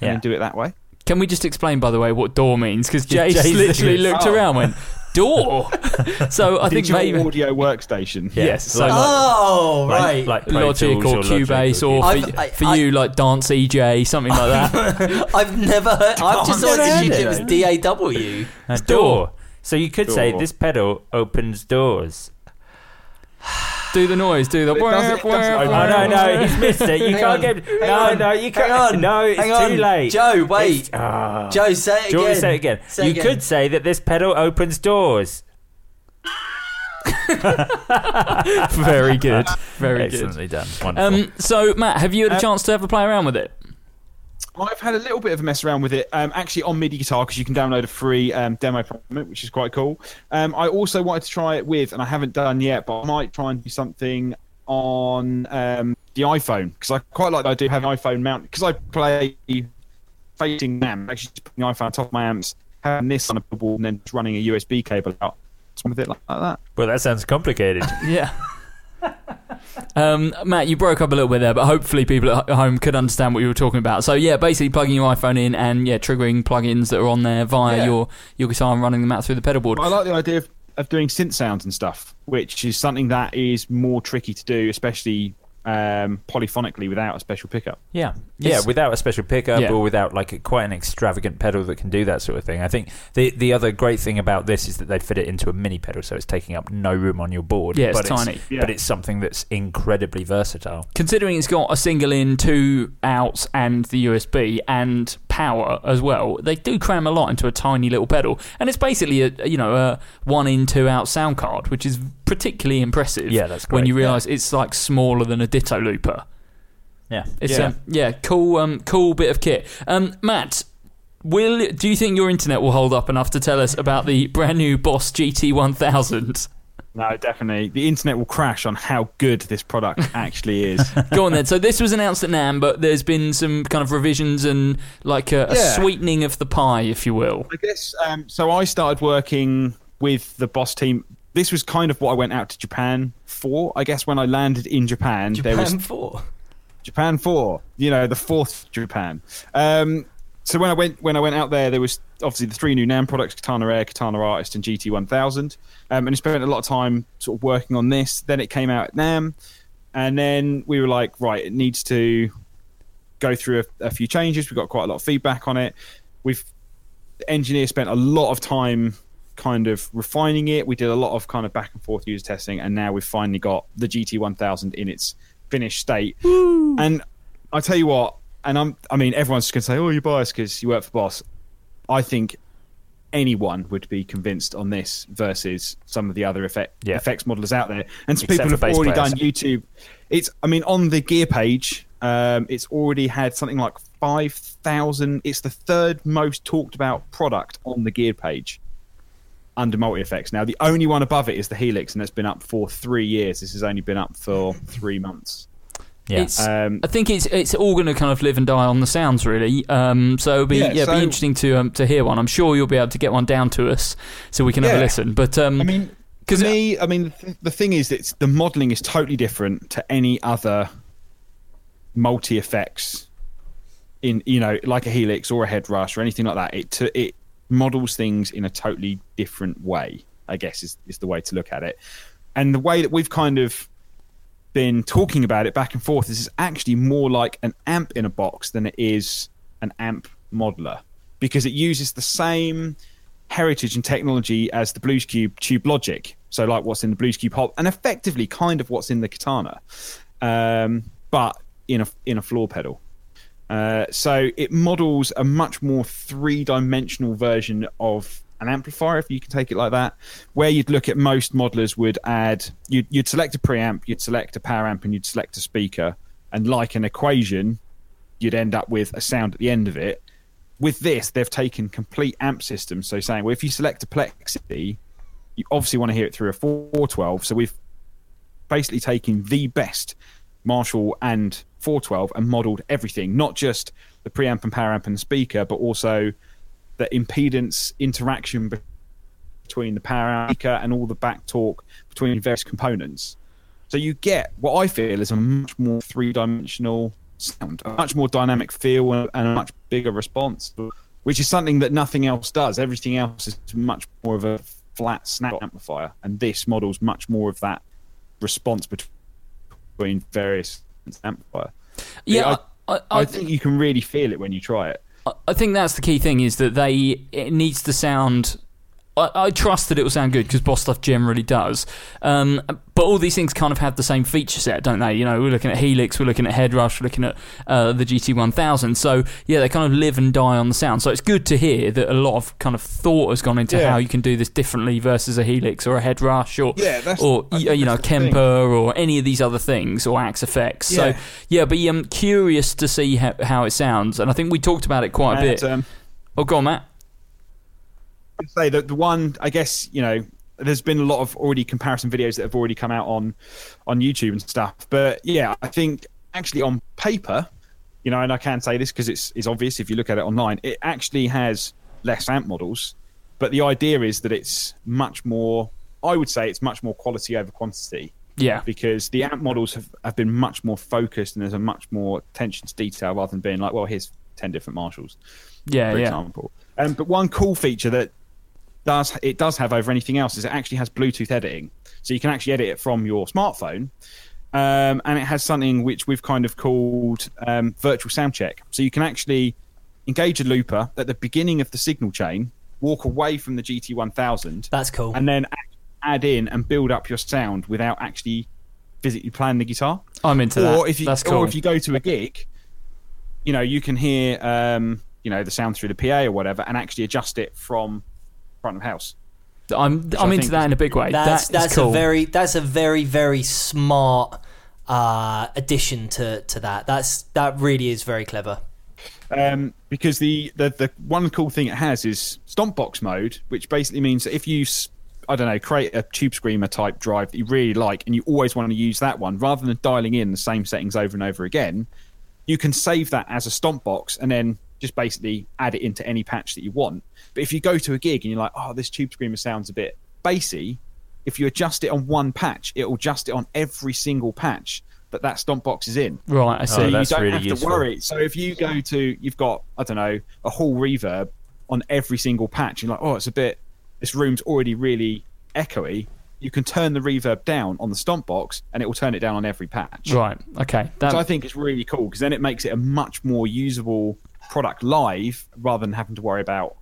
and then do it that way. Can we just explain, by the way, what door means? Because Yeah, Jace Jace literally literally- looked Oh. around and went, door! so I think Digital maybe audio workstation. Yeah, Yes, so like- Oh, like- right. like Pro Logic Tools or Cubase or I've- for, I- for I- you, like Dance EJ, something like that. I've never heard. I've just I've always never assumed heard it was it. DAW. A door. So you could say Door. this pedal opens doors. do the noise, do the. But it doesn't- it doesn't Oh open no, no, he's missed it. You Hang can't on. get. Hang No, on. no, you Hang can't. on. No, it's Hang on. too late. Joe, wait. It's- ah. Joe, say it Do you want me again. to say it again? Say it you again. could say that this pedal opens doors. Very good. Very good. Excellently done. Wonderful. Um, so, Matt, have you had a Uh, chance to have a play around with it? I've had a little bit of a mess around with it, um, actually on MIDI guitar because you can download a free um, demo from it, which is quite cool. Um, I also wanted to try it with, and I haven't done yet, but I might try and do something on um, the iPhone because I quite like the idea of having an iPhone mount because I play facing amp, actually just putting the iPhone on top of my amps, having this on a billboard, and then just running a USB cable out. Something with it like, like that. well, that sounds complicated. Yeah. um, Matt, you broke up a little bit there, but hopefully people at ho- home could understand what you were talking about. So yeah, basically plugging your iPhone in and yeah, triggering plugins that are on there via Yeah. your your guitar and running them out through the pedal board. But I like the idea of, of doing synth sounds and stuff, which is something that is more tricky to do, especially um, polyphonically without a special pickup. Yeah, yeah, It's- without a special pickup Yeah. or without like a, quite an extravagant pedal that can do that sort of thing. I think the the other great thing about this is that they fit it into a mini pedal, so it's taking up no room on your board. Yeah, it's but tiny. but it's something that's incredibly versatile. Considering it's got a single in, two outs, and the USB and power as well, they do cram a lot into a tiny little pedal, and it's basically a you know a one in two out sound card, which is particularly impressive. Yeah, that's when great, you realise it's like smaller than a Ditto looper. Yeah, It's Yeah. um, yeah, cool, um, cool bit of kit. Um, Matt, will do you think your internet will hold up enough to tell us about the brand new Boss GT one thousand? No, definitely. The internet will crash on how good this product actually is. Go on then. So this was announced at Nam, but there's been some kind of revisions and like a, a Yeah. sweetening of the pie, if you will. I guess um, so. I started working with the boss team. This was kind of what I went out to Japan for. I guess when I landed in Japan, there was Japan four. Japan Four. You know, the fourth Japan. Um, so when I went when I went out there, there was obviously the three new Nam products: Katana Air, Katana Artist, and GT One Thousand. Um, and I spent a lot of time sort of working on this. Then it came out at Nam, and then we were like, right, it needs to go through a, a few changes. We got quite a lot of feedback on it. We've the engineer spent a lot of time kind of refining it. We did a lot of kind of back and forth user testing, and now we've finally got the GT1000 in its finished state. And I tell you what, and I'm I mean everyone's just gonna say, "Oh, you're biased because you work for Boss." I think anyone would be convinced on this versus some of the other effect, Yeah. effects modelers out there. And Except people for have bass already players. done YouTube. It's, I mean, on the gear page, um, it's already had something like 5,000. It's the third most talked about product on the gear page under multi effects. Now, the only one above it is the Helix, and that's been up for three years. This has only been up for three months. yeah. It's, Um, I think it's it's all going to kind of live and die on the sounds, really. Um, so it'll be yeah, Yeah, it'll be so- interesting to um, to hear one. I'm sure you'll be able to get one down to us so we can have a Yeah. listen. But um, I mean, to 'Cause- me, I mean, th- the thing is, it's the modelling is totally different to any other multi effects in you know like a helix or a head rush or anything like that. It to, it models things in a totally different way. I guess is is the way to look at it, and the way that we've kind of been talking about it back and forth is it's actually more like an amp in a box than it is an amp modeler because it uses the same heritage and technology as the Blues Cube Tube Logic. So, like what's in the Blues Cube Hop, and effectively kind of what's in the Katana, um, but in a in a floor pedal. Uh, so it models a much more three-dimensional version of an amplifier, if you can take it like that, where you'd look at most modelers would add, you'd, you'd select a preamp, you'd select a power amp, and you'd select a speaker, and like an equation, you'd end up with a sound at the end of it. With this, they've taken complete amp system. So saying, well, if you select a plexi, you obviously want to hear it through a 412. So we've basically taken the best Marshall and 412 and modelled everything, not just the preamp and power amp and speaker, but also the impedance interaction be- between the power amp speaker and all the back talk between various components. So you get what I feel is a much more three-dimensional sound, a much more dynamic feel, and and a much bigger response, which is something that nothing else does. Everything else is much more of a flat snap amplifier, and this model's much more of that response bet- between various amplifier. Yeah, I, I- I- I think you can really feel it when you try it. I- I think that's the key thing is that they it needs to sound. I, I trust that it will sound good because boss stuff generally does. Um, but all these things kind of have the same feature set, don't they? You know, we're looking at Helix, we're looking at Headrush, we're looking at uh, the GT1000. So yeah, they kind of live and die on the sound. So it's good to hear that a lot of kind of thought has gone into Yeah. how you can do this differently versus a Helix or a Headrush or Yeah, that's- or I y- think you know that's the thing. Kemper or any of these other things or Axe Effects. So Yeah. yeah, but yeah, I'm curious to see how, how it sounds, and I think we talked about it quite a And, bit. um, Oh, go on, Matt. I'd say that the one I guess you know there's been a lot of already comparison videos that have already come out on on YouTube and stuff but yeah I think actually on paper you know and I can say this because it's it's obvious if you look at it online it actually has less amp models but the idea is that it's much more I would say it's much more quality over quantity Yeah. because the amp models have, have been much more focused and there's a much more attention to detail rather than being like well here's 10 different marshals Yeah, for yeah. example. Um, but one cool feature that does it does have over anything else is it actually has Bluetooth editing, so you can actually edit it from your smartphone. Um, and it has something which we've kind of called um, virtual sound check. So you can actually engage a looper at the beginning of the signal chain, walk away from the GT1000, That's cool. and then a- add in and build up your sound without actually physically playing the guitar I'm into or that. if you That's cool. or if you go to a gig, you know you can hear um, you know the sound through the PA or whatever, and actually adjust it from front of house. I'm I'm I into think that is in a big way. that's That is that's cool. a very that's a very very smart uh, addition to to that. That's that really is very clever. Um, because the, the the one cool thing it has is stompbox mode, which basically means that if you s- I don't know create a tube screamer type drive that you really like and you always want to use that one rather than dialing in the same settings over and over again, you can save that as a stompbox and then just basically add it into any patch that you want. But if you go to a gig and you're like, oh, this tube screamer sounds a bit bassy, if you adjust it on one patch, it will adjust it on every single patch that that stompbox is in right. I see. so Oh, that's you don't really have useful. to worry. So if you go to, you've got I don't know a whole reverb on every single patch. You're like, oh, it's a bit. This room's already really echoey. You can turn the reverb down on the stomp box, and it will turn it down on every patch. right. Okay. That, So I think it's really cool because then it makes it a much more usable product live rather than having to worry about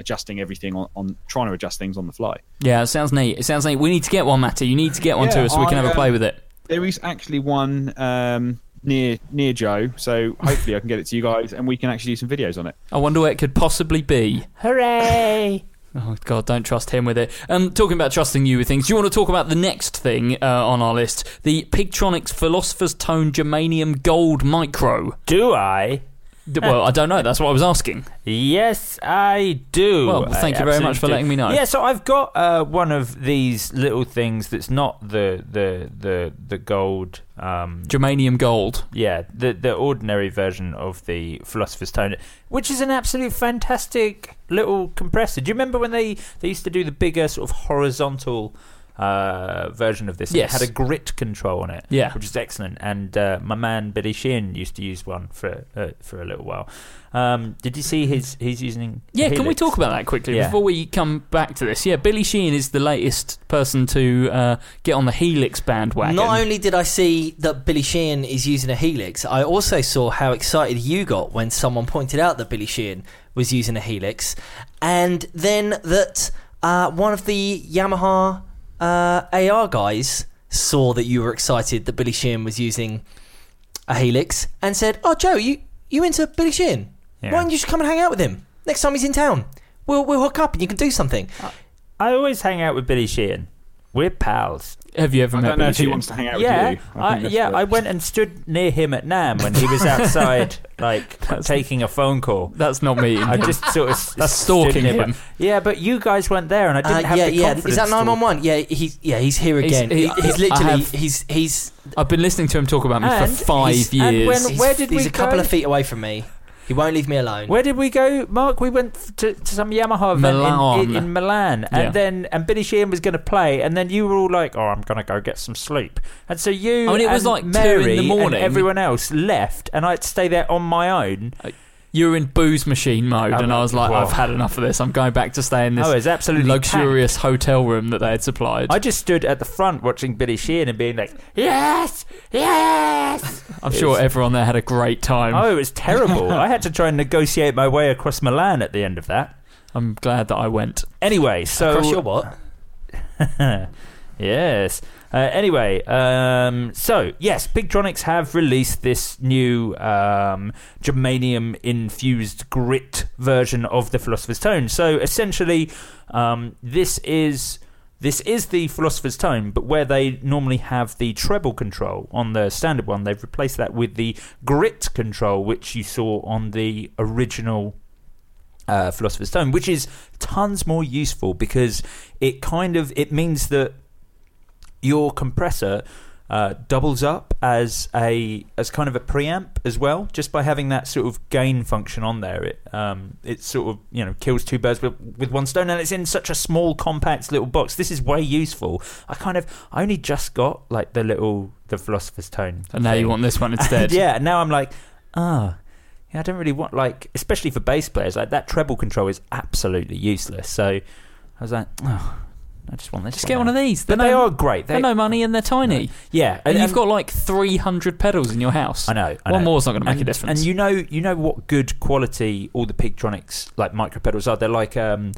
adjusting everything on, on trying to adjust things on the fly. yeah, it sounds neat. It sounds neat. We need to get one, Matty. You need to get one to Yeah, us so we can I, have a um, play with it. There is actually one um, near near Joe, so hopefully I can get it to you guys, and we can actually do some videos on it. I wonder what it could possibly be. Hooray! Oh God, don't trust him with it. Um, talking about trusting you with things, do you want to talk about the next thing uh, on our list? The Pigtronics Philosopher's Tone Germanium Gold Micro. Do I? D- Well, I don't know. That's what I was asking. Yes, I do. Well, thank I you very absolutely much for do. letting me know. Yeah, so I've got uh, one of these little things that's not the the the the gold. Um, Germanium Gold. yeah, the the ordinary version of the Philosopher's Tone, which is an absolute fantastic little compressor. Do you remember when they they used to do the bigger sort of horizontal? Uh, version of this and Yes. it had a grit control on it Yeah. which is excellent and uh, my man Billy Sheehan used to use one for uh, for a little while um, did you see his he's using Yeah, can we Helix? talk about that quickly Yeah. before we come back to this? Yeah, Billy Sheehan is the latest person to uh, get on the Helix bandwagon. Not only did I see that Billy Sheehan is using a helix, I also saw how excited you got when someone pointed out that Billy Sheehan was using a helix, and then that uh, one of the Yamaha uh, AR guys saw that you were excited that Billy Sheehan was using a helix and said, "Oh, Joe, you you into Billy Sheehan? Yeah. Why don't you just come and hang out with him next time he's in town? We'll we'll hook up and you can do something." I always hang out with Billy Sheehan. We're pals. Have you ever I met? don't know if he BG? wants to hang out yeah, with you. I I, think that's yeah. the- I went and stood near him at Nam when he was outside, like taking a phone call. That's not me. I just sort of That's stood stalking near, but- him. Yeah, but you guys weren't there, and I didn't Uh, have yeah, the yeah. confidence. Is that to- nine one one? Yeah, he's yeah he's here He's- again. he- He- he's I literally have- he's he's I've been listening to him talk about me And for five he's- years. and when- he's, where did he's we a couple go? of feet away from me. He won't leave me alone. Where did we go, Mark? We went f- to, to some Yamaha event in, in, Milan. in Milan, and Yeah. then and Billy Sheehan was going to play, and then you were all like, "Oh, I'm going to go get some sleep," and so you I mean, it was and like two in the Mary and morning. everyone else left, and I'd stay there on my own. you were in booze machine mode, I'm and I was like, like, I've had enough of this. I'm going back to stay in this Oh, it's absolutely luxurious hotel room that they had supplied. I just stood at the front watching Billy Sheehan and being like, "Yes, yes." I'm sure everyone there had a great time. Oh, it was terrible. I had to try and negotiate my way across Milan at the end of that. I'm glad that I went. Anyway, so Across your what? yes. Uh, anyway, um, so yes, Bigtronics have released this new um, germanium infused grit version of the Philosopher's Stone. So essentially, um, this is this is the Philosopher's Stone, but where they normally have the treble control on the standard one, they've replaced that with the grit control, which you saw on the original uh, Philosopher's Stone, which is tons more useful because it kind of it means that your compressor uh, doubles up as a as kind of a preamp as well. Just by having that sort of gain function on there, it um, it sort of you know kills two birds with, with one stone, and it's in such a small, compact little box. This is way useful. I kind of I only just got like the little the Philosopher's Tone, And now you thing. want this one instead. And yeah, and now I'm like, ah, yeah, I don't really want like, especially for bass players, like that treble control is absolutely useless. So I was like, oh, I just want this. Just get one of these. They're But they no- are great. They're They, no money and they're tiny. yeah, And, you've got like 300 pedals in your house. I know. I One know. more's not going to make and, a difference. And you know, you know what good quality all the Pigtronics like micro pedals are. They're like um,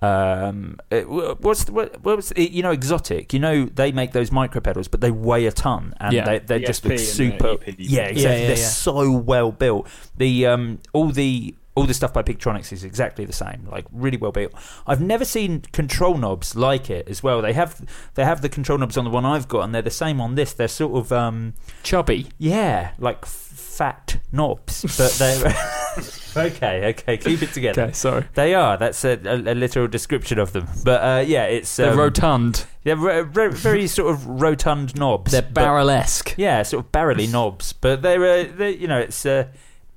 um, uh, wh- what's the, what, what's the, you know exotic. You know they make those micro pedals, but they weigh a ton and Yeah. they they The just SP look and the E super. EP. Yeah, exactly. yeah, They're yeah. so well built. The um, all the all the stuff by Pigtronics is exactly the same, like really well built. I've never seen control knobs like it as well. They have they have the control knobs on the one I've got, and they're the same on this. They're sort of um, Chubby. yeah, like f- fat knobs, but they're okay. Okay, keep it together. Okay, sorry. They are. That's a, a, a literal description of them. But uh, yeah, it's They're um, rotund. they're ro- ro- very sort of rotund knobs. They're but- barrel-esque. yeah, sort of barrely knobs, but they're, uh, they you know it's uh,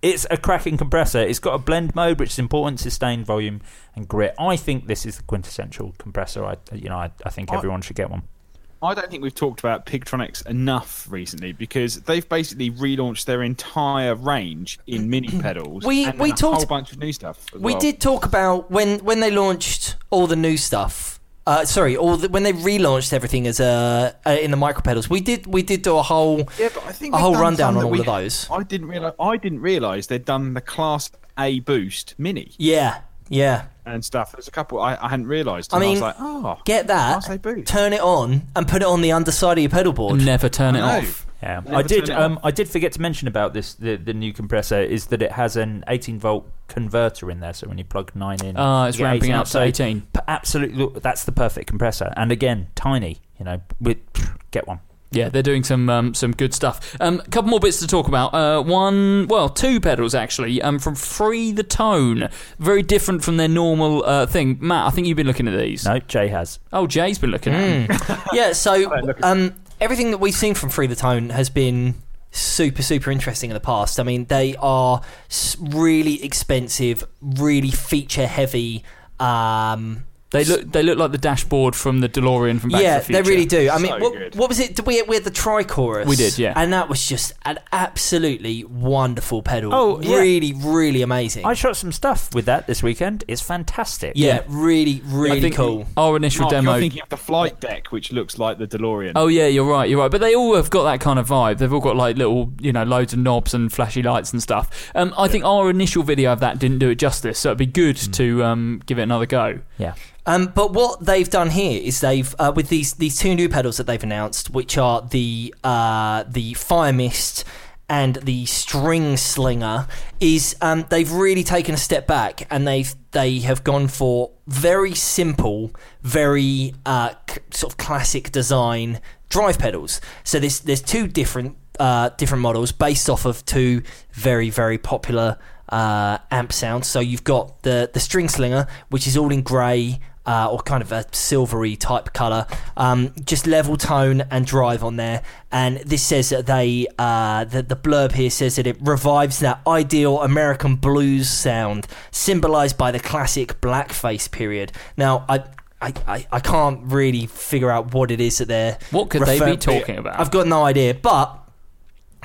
it's a cracking compressor. It's got a blend mode, which is important, sustain volume and grit. I think this is the quintessential compressor. I you know I, I think I- everyone should get one. I don't think we've talked about Pigtronics enough recently because they've basically relaunched their entire range in mini pedals. We- and we a talked- whole bunch of new stuff. as We well. did talk about when when they launched all the new stuff. Uh, sorry, all the, when they relaunched everything as uh, uh, in the micro pedals. We did we did do a whole Yeah, but I think a they've whole done rundown some on that all we- of those. I didn't realize. I didn't realize they'd done the Class A Boost Mini Yeah, yeah. and stuff. There's a couple I, I hadn't realized. I and I mean, was like, oh, get that, Class A Boost. turn it on, and put it on the underside of your pedal board. Never turn it No. off. Yeah, Never I did. turn it Um, off. I did forget to mention about this. The, the new compressor is that it has an 18 volt converter in there. So when you plug nine in, Ah, it's you get ramping up to So 18. p- Absolutely, look, that's the perfect compressor. And again, tiny. You know, with get one. Yeah, they're doing some um, some good stuff. Um, a couple more bits to talk about. Uh, one, well, two pedals actually. Um, from Free the Tone, very different from their normal uh, thing. Matt, I think you've been looking at these. No, Jay has. Oh, Jay's been looking Hmm. at them. yeah, so um, everything that we've seen from Free the Tone has been super, super interesting in the past. I mean, they are s- really expensive, really feature heavy. Um, They look they look like the dashboard from the DeLorean from Back to yeah, the Future. they really do. I mean, So what, good. what was it? Did we, we had the tri chorus. We did, yeah. And that was just an absolutely wonderful pedal. Oh, yeah. really, really amazing. I shot some stuff with that this weekend. It's fantastic. yeah, really, really I think cool. Our initial Mark, demo. You're thinking of the flight deck, which looks like the DeLorean. Oh yeah, you're right, you're right. But they all have got that kind of vibe. They've all got like little, you know, loads of knobs and flashy lights and stuff. Um, I think our initial video of that didn't do it justice, so it'd be good Hmm. to um, give it another go. yeah. Um, but what they've done here is they've uh, with these these two new pedals that they've announced, which are the uh, the Fire Mist and the string slinger is um, they've really taken a step back and they've they have gone for very simple, very uh, c- sort of classic design drive pedals. So there's there's two different uh, different models based off of two very very popular uh, amp sounds. So you've got the the string slinger, which is all in grey. Uh, or kind of a silvery type color, um, just level tone and drive on there. And this says that they, uh, that the blurb here says that it revives that ideal American blues sound, symbolized by the classic blackface period. Now, I, I, I, I can't really figure out what it is that they're. What could they be refer- talking about? I've got no idea, but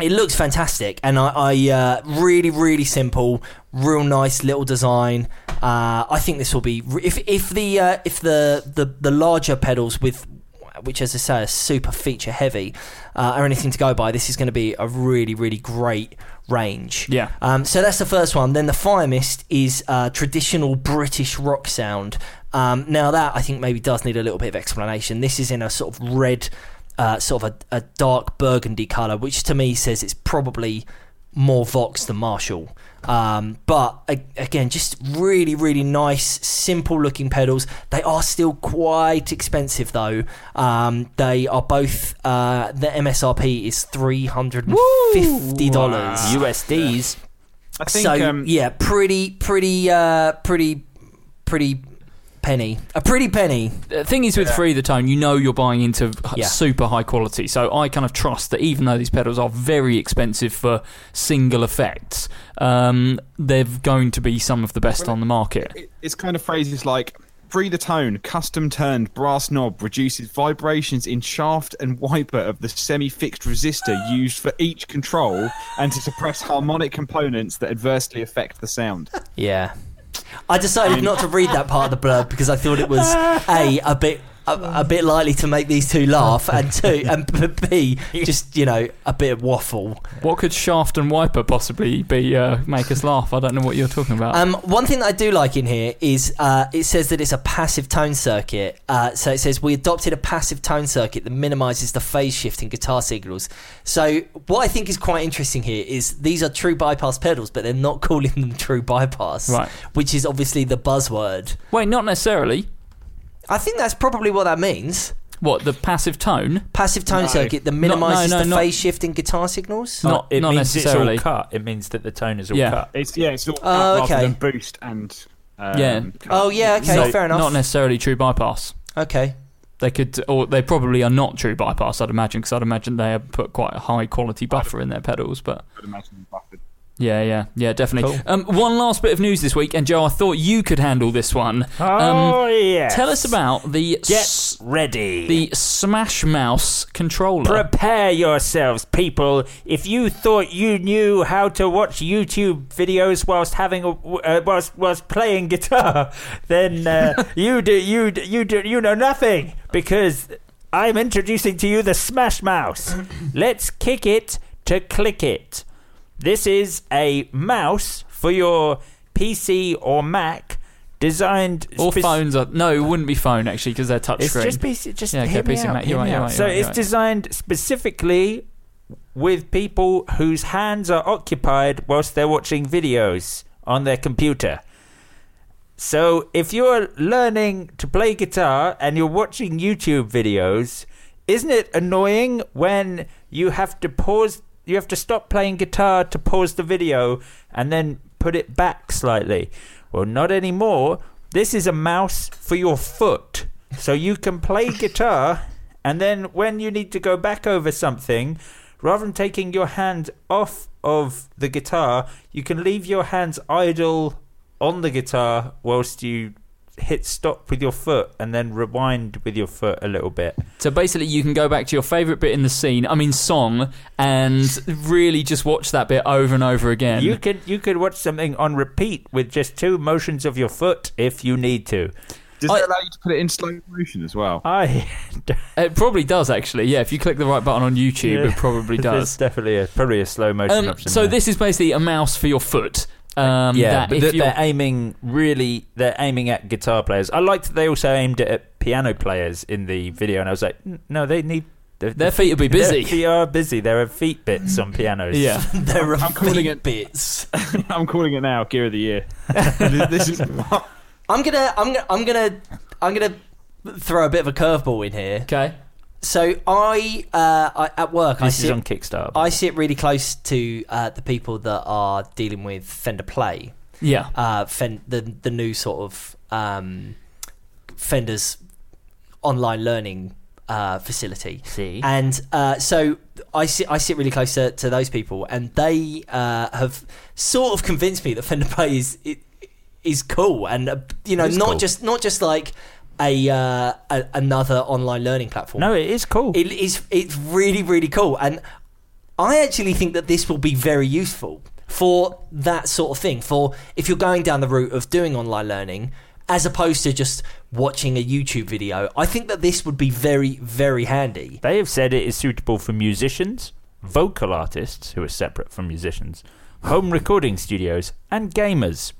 it looks fantastic, and I, I uh, really, really simple, real nice little design. Uh, I think this will be if if the uh, if the, the the larger pedals with which, as I say, are super feature heavy uh, or anything to go by. This is going to be a really, really great range. Yeah. Um, so that's the first one. Then the Fire Mist is uh, traditional British rock sound. Um, now that I think maybe does need a little bit of explanation. This is in a sort of red, uh, sort of a, a dark burgundy color, which to me says it's probably more Vox than Marshall. Um, but a- again, just really, really nice, simple looking pedals. They are still quite expensive though. Um, they are both, uh, the MSRP is $350. USDs. I think so um, yeah, pretty, pretty, uh, pretty, pretty penny. A pretty penny. The thing is with Free the Tone, you know you're buying into h- Yeah. super high quality. So I kind of trust that even though these pedals are very expensive for single effects, um, they're going to be some of the best on the market. it- it's kind of phrases like free the tone custom turned brass knob reduces vibrations in shaft and wiper of the semi-fixed resistor used for each control and to suppress harmonic components that adversely affect the sound Yeah. I decided not to read that part of the blurb because I thought it was a a bit. A, a bit likely to make these two laugh, and two, and b b- just you know a bit of waffle. What could Shaft and Wiper possibly be uh, make us laugh? I don't know what you're talking about. Um, one thing that I do like in here is uh, it says that it's a passive tone circuit. Uh, so it says we adopted a passive tone circuit that minimizes the phase shift in guitar signals. So what I think is quite interesting here is these are true bypass pedals, but they're not calling them true bypass, Right. which is obviously the buzzword. Wait, not necessarily. I think that's probably what that means. What the passive tone? Passive tone No. circuit that minimizes no, the not- phase shift in guitar signals. Not- it not means necessarily. it's all cut. It means that the tone is all Yeah. cut. it's yeah it's all cut Oh, okay. rather than boost and um, Yeah. cut. Oh yeah, okay, So fair enough. Not necessarily true bypass. okay, They could, or they probably are not true bypass. I'd imagine because I'd imagine they have put quite a high quality buffer in their pedals, but. I'd imagine buffered. Yeah, yeah, yeah, definitely. Um, one last bit of news this week, and Joe, I thought you could handle this one. Oh, um, yes. Tell us about the Get s- ready. the Smash Mouse controller. Prepare yourselves, people. If you thought you knew how to watch YouTube videos whilst having a, uh, whilst whilst playing guitar, then uh, you do you do, you do you know nothing because I'm introducing to you the Smash Mouse. Let's kick it to click it. This is a mouse for your PC or Mac, designed or spec- phones? Are, no, it wouldn't be phone actually because they're touchscreen. it's just PC, just Yeah, yeah, okay, hear me PC, out, mate. hear You're right, me you're out. right, So you're right, it's you're right. designed specifically with people whose hands are occupied whilst they're watching videos on their computer. So if you're learning to play guitar and you're watching YouTube videos, isn't it annoying when you have to pause you have to stop playing guitar to pause the video and then put it back slightly? Well, not anymore. This is a mouse for your foot. So you can play guitar and then when you need to go back over something, rather than taking your hand off of the guitar, you can leave your hands idle on the guitar whilst you hit stop with your foot and then rewind with your foot a little bit. so basically, you can go back to your favourite bit in the scene. I mean, song, and really just watch that bit over and over again. you could you could watch something on repeat with just two motions of your foot if you need to. does I- it allow you to put it in slow motion as well I it probably does actually. Yeah, if you click the right button on YouTube, it probably does. There's definitely a probably a slow motion Um, option. so there. this is basically a mouse for your foot. Um, yeah, that but if they're, you're- they're aiming really. They're aiming at guitar players. I liked that they also aimed it at piano players in the video, and I was like, "N- no, they need Their, Their feet will be busy. Their feet are busy. There are feet bits on pianos. Yeah. There are I'm calling feet it- bits. I'm calling it now. Gear of the year. this Uh. is I'm gonna, I'm gonna, I'm gonna, I'm gonna throw a bit of a curveball in here. Okay. So I, uh, I at work, I This sit, is on Kickstarter. I sit really close to uh, the people that are dealing with Fender Play, Yeah. uh, Fen- the the new sort of um, Fender's online learning uh, facility. See. And uh, so I sit, I sit really close to, to those people, and they uh, have sort of convinced me that Fender Play is it, is cool, and uh, you know, It is not cool. just not just like a, uh, a another online learning platform. no, it is cool. it is it's really really cool, and I actually think that this will be very useful for that sort of thing. For if you're going down the route of doing online learning. As opposed to just watching a YouTube video, I think that this would be very, very handy. They have said it is suitable for musicians, vocal artists, who are separate from musicians, home recording studios, and gamers.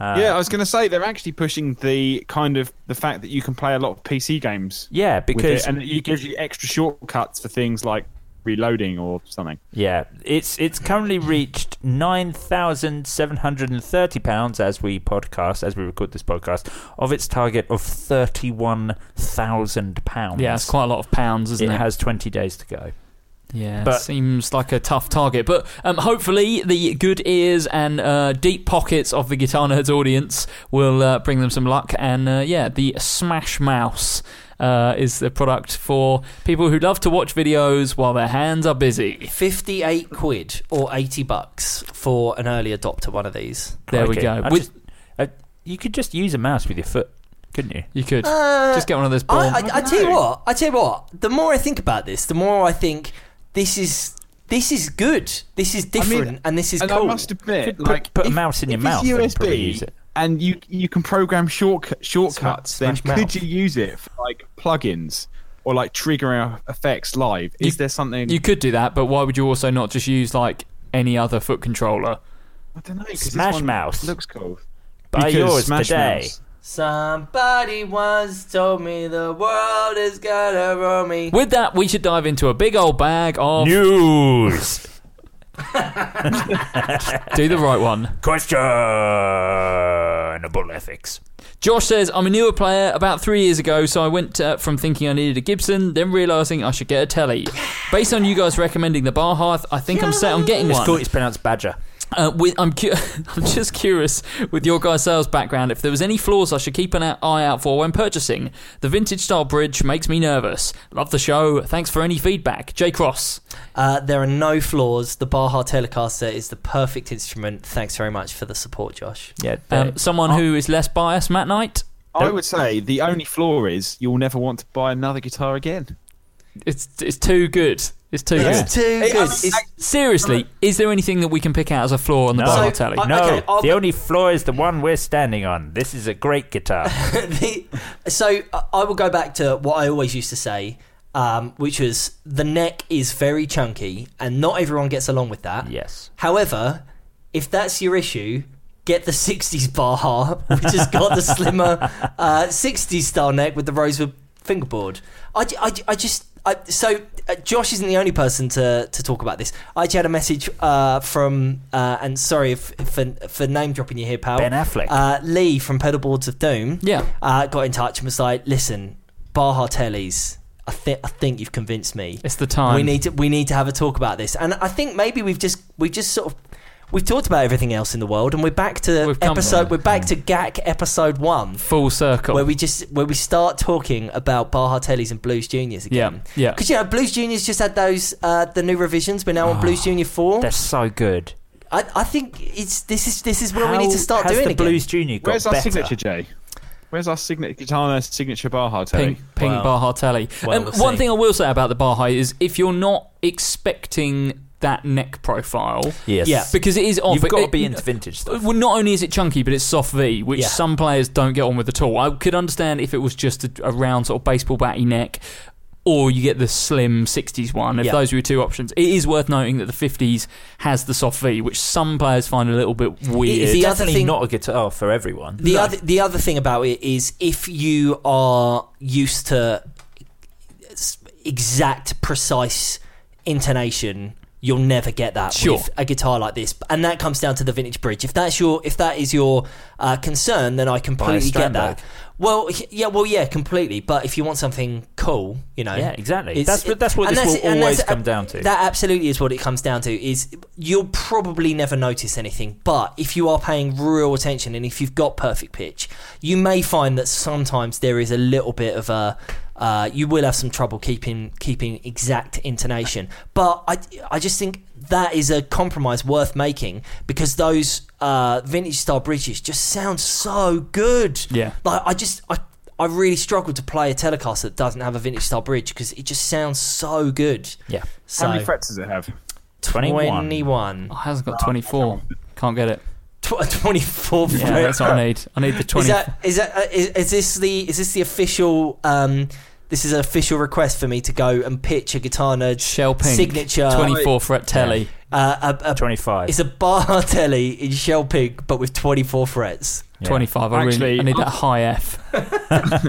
Uh, yeah, I was going to say they're actually pushing the kind of the fact that you can play a lot of PC games. Yeah, with because it, and it gives you extra shortcuts for things like reloading or something. yeah, it's it's currently reached nine thousand seven hundred and thirty pounds as we podcast, as we record this podcast, of its target of thirty one thousand pounds. Yeah, it's quite a lot of pounds, It isn't it? has twenty days to go. Yeah, But- seems like a tough target. But um, hopefully, the good ears and uh, deep pockets of the Guitar Nerds audience will uh, bring them some luck. And uh, yeah, the Smash Mouse uh, is the product for people who love to watch videos while their hands are busy. 58 quid or 80 bucks for an early adopter one of these. There we Crikey. go. I With- just- I- you could just use a mouse with your foot, couldn't you? You could just get one of those. Uh, I, bomb- I, I tell you what, I tell you what, the more I think about this, the more I think this is this is good. This is different and this is and cool. I must admit, Put- like put a if- mouse in your if mouth and It's probably USB, use it. and you you can program shortcut shortcuts. then smash could mouth. you use it for like plugins or like triggering effects live? Is You- there something You could do that, but why would you also not just use like any other foot controller? I don't know. 'cause this Smash one Mouse. looks cool. Buy Because yours Smash today. Mouse- Somebody once told me the world is gonna roll me. With that, we should dive into a big old bag of News do the right one. question about ethics. Josh says, I'm a newer player about three years ago, so I went uh, from thinking I needed a Gibson, then realising I should get a telly. Based on you guys recommending the bar hearth, I think I'm set on getting It's one. called. It's pronounced Badger. Uh, with, I'm, cu- I'm just curious with your guys' sales background if there was any flaws I should keep an eye out for when purchasing. The vintage style bridge makes me nervous. Love the show. Thanks for any feedback. Jay Cross. Uh, there are no flaws. The Baha Telecaster is the perfect instrument. Thanks very much for the support, Josh. Yeah. Um, someone who is less biased, Matt Knight. I would say the only flaw is you'll never want to buy another guitar again. It's, it's too good. It's too good. It's too good. It's- Seriously, is there anything that we can pick out as a flaw on the No. bar So, uh, hearth telly? I- no, okay, I'll the be- only flaw is the one we're standing on. This is a great guitar. the, so uh, I will go back to what I always used to say, um, which was the neck is very chunky, and not everyone gets along with that. yes. However, if that's your issue, get the 60s bar, which has got the slimmer uh, 60s style neck with the rosewood fingerboard. I, ju- I, ju- I just. I, so uh, Josh isn't the only person to, to talk about this. I actually had a message uh, from uh, and sorry if, if for, for name dropping you here, pal. Ben Affleck. uh, Lee from Pedalboards of Doom. Yeah. uh, got in touch and was like, "Listen, Bar Hartellis, I think I think you've convinced me. It's the time. We need to we need to have a talk about this. And I think maybe we've just we've just sort of we've talked about everything else in the world, and we're back to We've come- episode we're back to GAC episode one, Full circle. where we just where we start talking about Bar Hartellis and Blues Juniors again. Yeah, yeah. Because you know Blues Juniors just had those uh, the new revisions. We're now on Ah, Blues Junior four. They're so good. I, I think it's this is this is where we need to How start has doing the again. Blues Junior got Where's our better? signature, Jay? Where's our signature guitar? Signature bar hard Ping, ping Well- Baha Telly. Well, um, we'll one see. thing I will say about the Baha is if you're not expecting that neck profile, Yes. Yeah. because it is off. You've it- got to Oh, it- be into vintage stuff. Well, not only is it chunky, but it's soft V, which Yeah. some players don't get on with at all. I could understand if it was just a, a round sort of baseball batty neck, or you get the slim 60s one. If Yeah. those were your two options, it is worth noting that the 50s has the soft V, which some players find a little bit weird. the other Definitely thing- not a guitar oh, for everyone. The other the other thing about it is if you are used to exact, precise intonation. You'll never get that Sure. with a guitar like this, and that comes down to the vintage bridge. If that's your, if that is your uh, concern, then I completely get Strandberg. that. Well, h- yeah, well, yeah, completely. But if you want something cool, you know, Yeah, exactly. it's- That's what- that's what and this will and always come down to. That absolutely is what it comes down to. Is you'll probably never notice anything, but if you are paying real attention and if you've got perfect pitch, you may find that sometimes there is a little bit of a. Uh, you will have some trouble keeping keeping exact intonation, but I I just think that is a compromise worth making because those uh, vintage style bridges just sound so good. Yeah. Like I just I I really struggle to play a telecast that doesn't have a vintage style bridge because it just sounds so good. Oh, Yeah. So How many frets does it have? 21. 21. Oh, hasn't got 24. Can't get it. Tw- 24 Yeah, fret. that's what I need. I need the 20. Is that is that uh, is, is this the is this the official um this is an official request for me to go and pitch a guitar nerd Shell pink. signature 24 fret telly. uh, a, a, 25. it's a bar telly in shell pink but with 24 frets. Yeah. 25. I, really, Actually- I need that high F.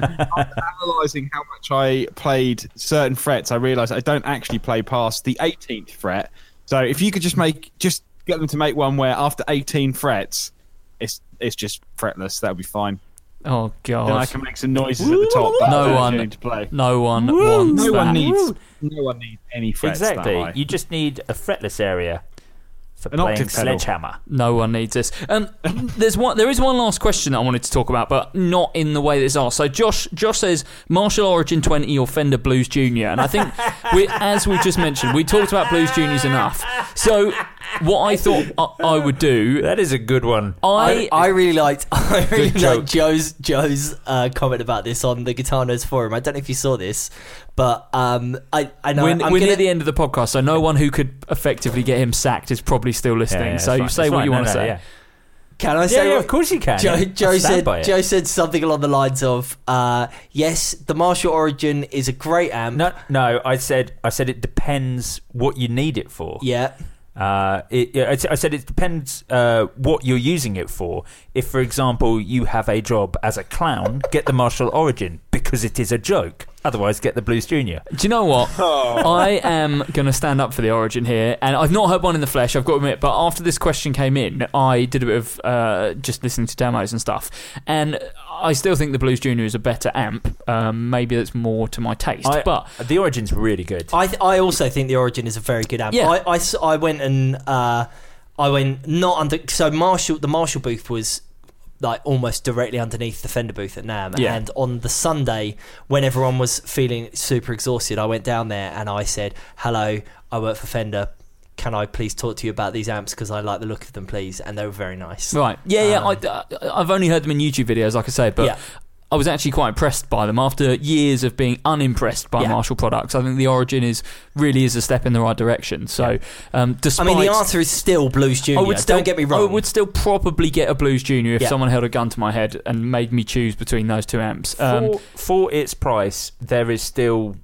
analysing how much I played certain frets, I realised I don't actually play past the 18th fret. So if you could just make just get them to make one where after 18 frets, it's it's just fretless. That'll be fine. Oh, God. Then I can make some noises at the top. but I no don't one, need to play. no one wants that. No one needs. No one needs any frets. that exactly. high. You just need a fretless area for An playing octave pedal. sledgehammer. No one needs this. Um, there's one. There is one last question that I wanted to talk about, but not in the way that it's asked. So Josh, Josh says Martial Origin 20 or Fender Blues Junior, and I think we, as we just mentioned, we talked about Blues Juniors enough. So what I thought I, I would do, That is a good one. I, I, I really liked I really Good joke. liked Joe's Joe's uh, comment about this on the Guitar Nerds forum. I don't know if you saw this, but um, I I know we're, I'm we're gonna, near the end of the podcast, so no one who could effectively get him sacked is probably still listening. it's so fine, you say it's what fine. you No, want no, to say. yeah. can I Yeah, say yeah, what- of course you can. Joe, I Joe stand said by it. Joe said something along the lines of uh, yes, the Marshall Origin is a great amp. No, no. I said, I said it depends what you need it for. Yeah. Uh, it, yeah, I s- I said it depends uh, what you're using it for. If, for example, you have a job as a clown, get the martial origin because it is a joke. Otherwise, get the Blues Junior. Do you know what? I am going to stand up for the origin here, and I've not heard one in the flesh. I've got to admit, but after this question came in, I did a bit of uh, just listening to demos and stuff, and I still think the Blues Junior is a better amp. Um, maybe that's more to my taste, I- but the origin's really good. I th- I also think the Origin is a very good amp. Yeah. I, I s- I went and uh, I went not under so Marshall the Marshall booth was like almost directly underneath the Fender booth at Nam. Yeah. And on the Sunday when everyone was feeling super exhausted, I went down there and I said, "Hello, I work for Fender." Can I please talk to you about these amps because I like the look of them, please? And they were very nice. right, yeah, yeah. Um, I, I- I've only heard them in YouTube videos, like I say, but. Yeah. I was actually quite impressed by them after years of being unimpressed by Yeah. Marshall products. I think the Origin is really is a step in the right direction. So, um, I despite mean, the answer is still Blues Junior. Don't get me wrong. I would still probably get a Blues Junior if Yeah. someone held a gun to my head and made me choose between those two amps. Um, for, for its price, there is still,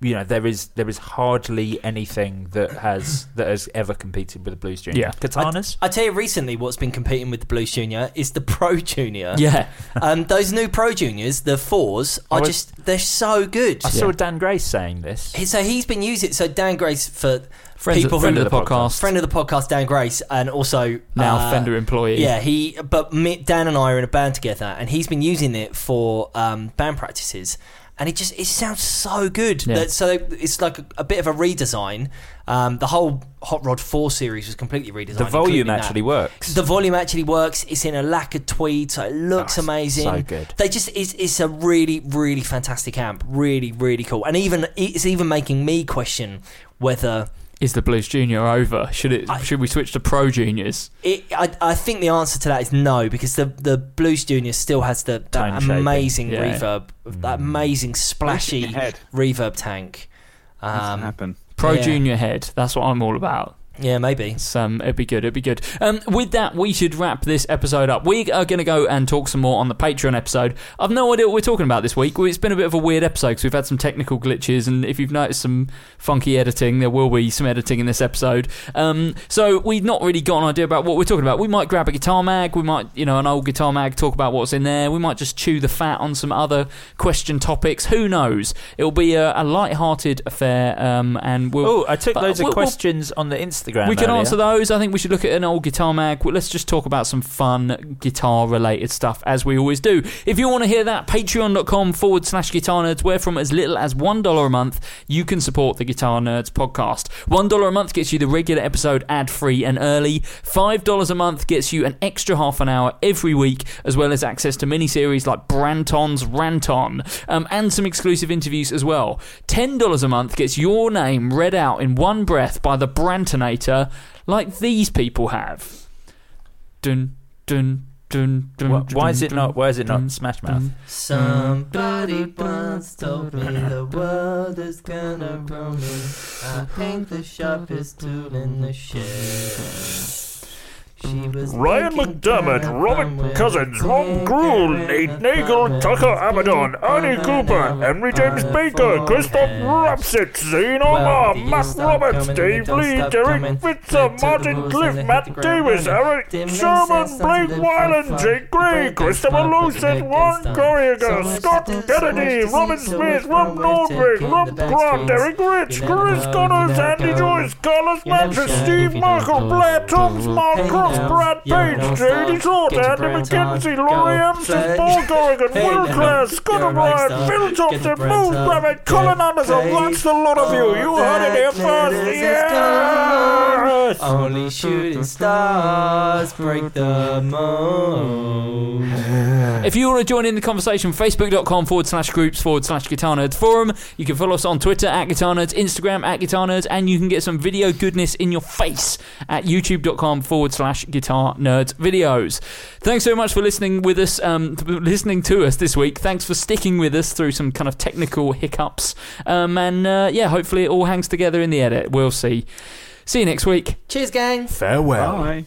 you know, there is there is hardly anything that has that has ever competed with the Blues Junior. Yeah. katanas. I tell you, recently, what's been competing with the Blues Junior is the Pro Junior. yeah, um, those new Pro Juniors, the fours, are I was- just they're so good. I, saw Dan Grace saying this. He- So he's been using. So Dan Grace for friends, people friend who, of the podcast, friend of the podcast, Dan Grace, and also now uh, Fender employee. Yeah, he. But me, Dan and I are in a band together, and he's been using it for um, band practices, and it just it sounds so good. Yeah. That, so it's like a, a bit of a redesign. Um, the whole Hot Rod Four series was completely redesigned. the volume including that. actually works. The volume actually works. It's in a lacquered tweed, so it looks Oh, it's amazing. so good. They just it's, it's a really really fantastic amp. Really really cool. And even it's even making me question whether Is the Blues Junior over? Should it? I- should we switch to Pro Juniors? it. I, I think the answer to that is no because the the Blues Junior still has the Tone that shaping. Mm. amazing Yeah. reverb, that amazing splashy Your head. reverb tank. Doesn't Um, happen. Pro Yeah. Junior head. That's what I'm all about. Yeah, maybe. It's, um, it'd be good. It'd be good. Um, with that, we should wrap this episode up. We are going to go and talk some more on the Patreon episode. I've no idea what we're talking about this week. It's been a bit of a weird episode because we've had some technical glitches, and if you've noticed some funky editing, there will be some editing in this episode. Um, so we've not really got an idea about what we're talking about. We might grab a guitar mag. We might, you know, an old guitar mag. Talk about what's in there. We might just chew the fat on some other question topics. Who knows? It'll be a, a light-hearted affair, um, and we'll. Oh, I took but loads of we'll- we'll- questions on the Instagram. we can earlier. answer those. I think we should look at an old guitar mag. Well, Let's just talk about some fun guitar related stuff as we always do. If you want to hear that, patreon.com forward slash guitar nerds, where from as little as $1 a month, you can support the Guitar Nerds podcast. $1 a month gets you the regular episode ad free and early. $5 a month gets you an extra half an hour every week, as well as access to mini series like Branton's Ranton um, and some exclusive interviews as well. $10 a month gets your name read out in one breath by the Brantonator, like these people have. Dun, dun, dun, dun, Why, why is it dun, not? Why is it dun, not Smash Mouth? dun. Somebody once told me the world is gonna roll me. I ain't the sharpest tool in the shed. She was Ryan thinking McDermott, kinda Robert fun with Cousins, a Ron dick Gruhl, and Nate a Nagel, fun Tucker with Abaddon, pink Ernie fun Cooper, and a Henry James fun Baker, forehead. Christoph Rapsit, Zane Omar, the Matt years stop Roberts, coming, they Dave don't Lee, stop Derek coming. They Fitzer, took the Martin rules Cliff, and they hit Matt the ground Davis, running. Eric Tim Lane says Sherman, something Blake from Wyland, fun. Jake Gray, But they Christopher smile, but they Lucid, make Ron this Corriger, time. So much Scott to do, so Kennedy, much to Robin see, so Smith, much Rob fun we're Norberg, taking the Rob back Grant, streets. Derek Rich, Chris You never know, you Connors, never Andy know. Joyce, Carlos You don't Mattress, shine Steve if you Michael, don't Blair go. Thomas, Mark Hey Cross, now, Brad you Page, don't J.D. stop, Short, get your Andy brains on, McKenzie, go Laurie Amston, play. Paul Corrigan, Hey Will now, Clark, Scott you're a rock O'Brien, star, Phil get Thompson, your brains Moose on, Rabbit, get Colin Anderson, paid. that's the lot of you. You All heard it here that first. glitters is Yes! gold. Only shooting stars break the mold. If you want to join in the conversation, facebook.com forward slash groups forward slash guitar nerds forum. You can follow us on Twitter at guitar nerds, Instagram at guitar nerds, and you can get some video goodness in your face at youtube.com forward slash guitar nerds videos. Thanks so much for listening with us, um, t- listening to us this week. Thanks for sticking with us through some kind of technical hiccups. Um, and uh, yeah, hopefully it all hangs together in the edit. We'll see. See you next week. Cheers, gang. Farewell. Bye.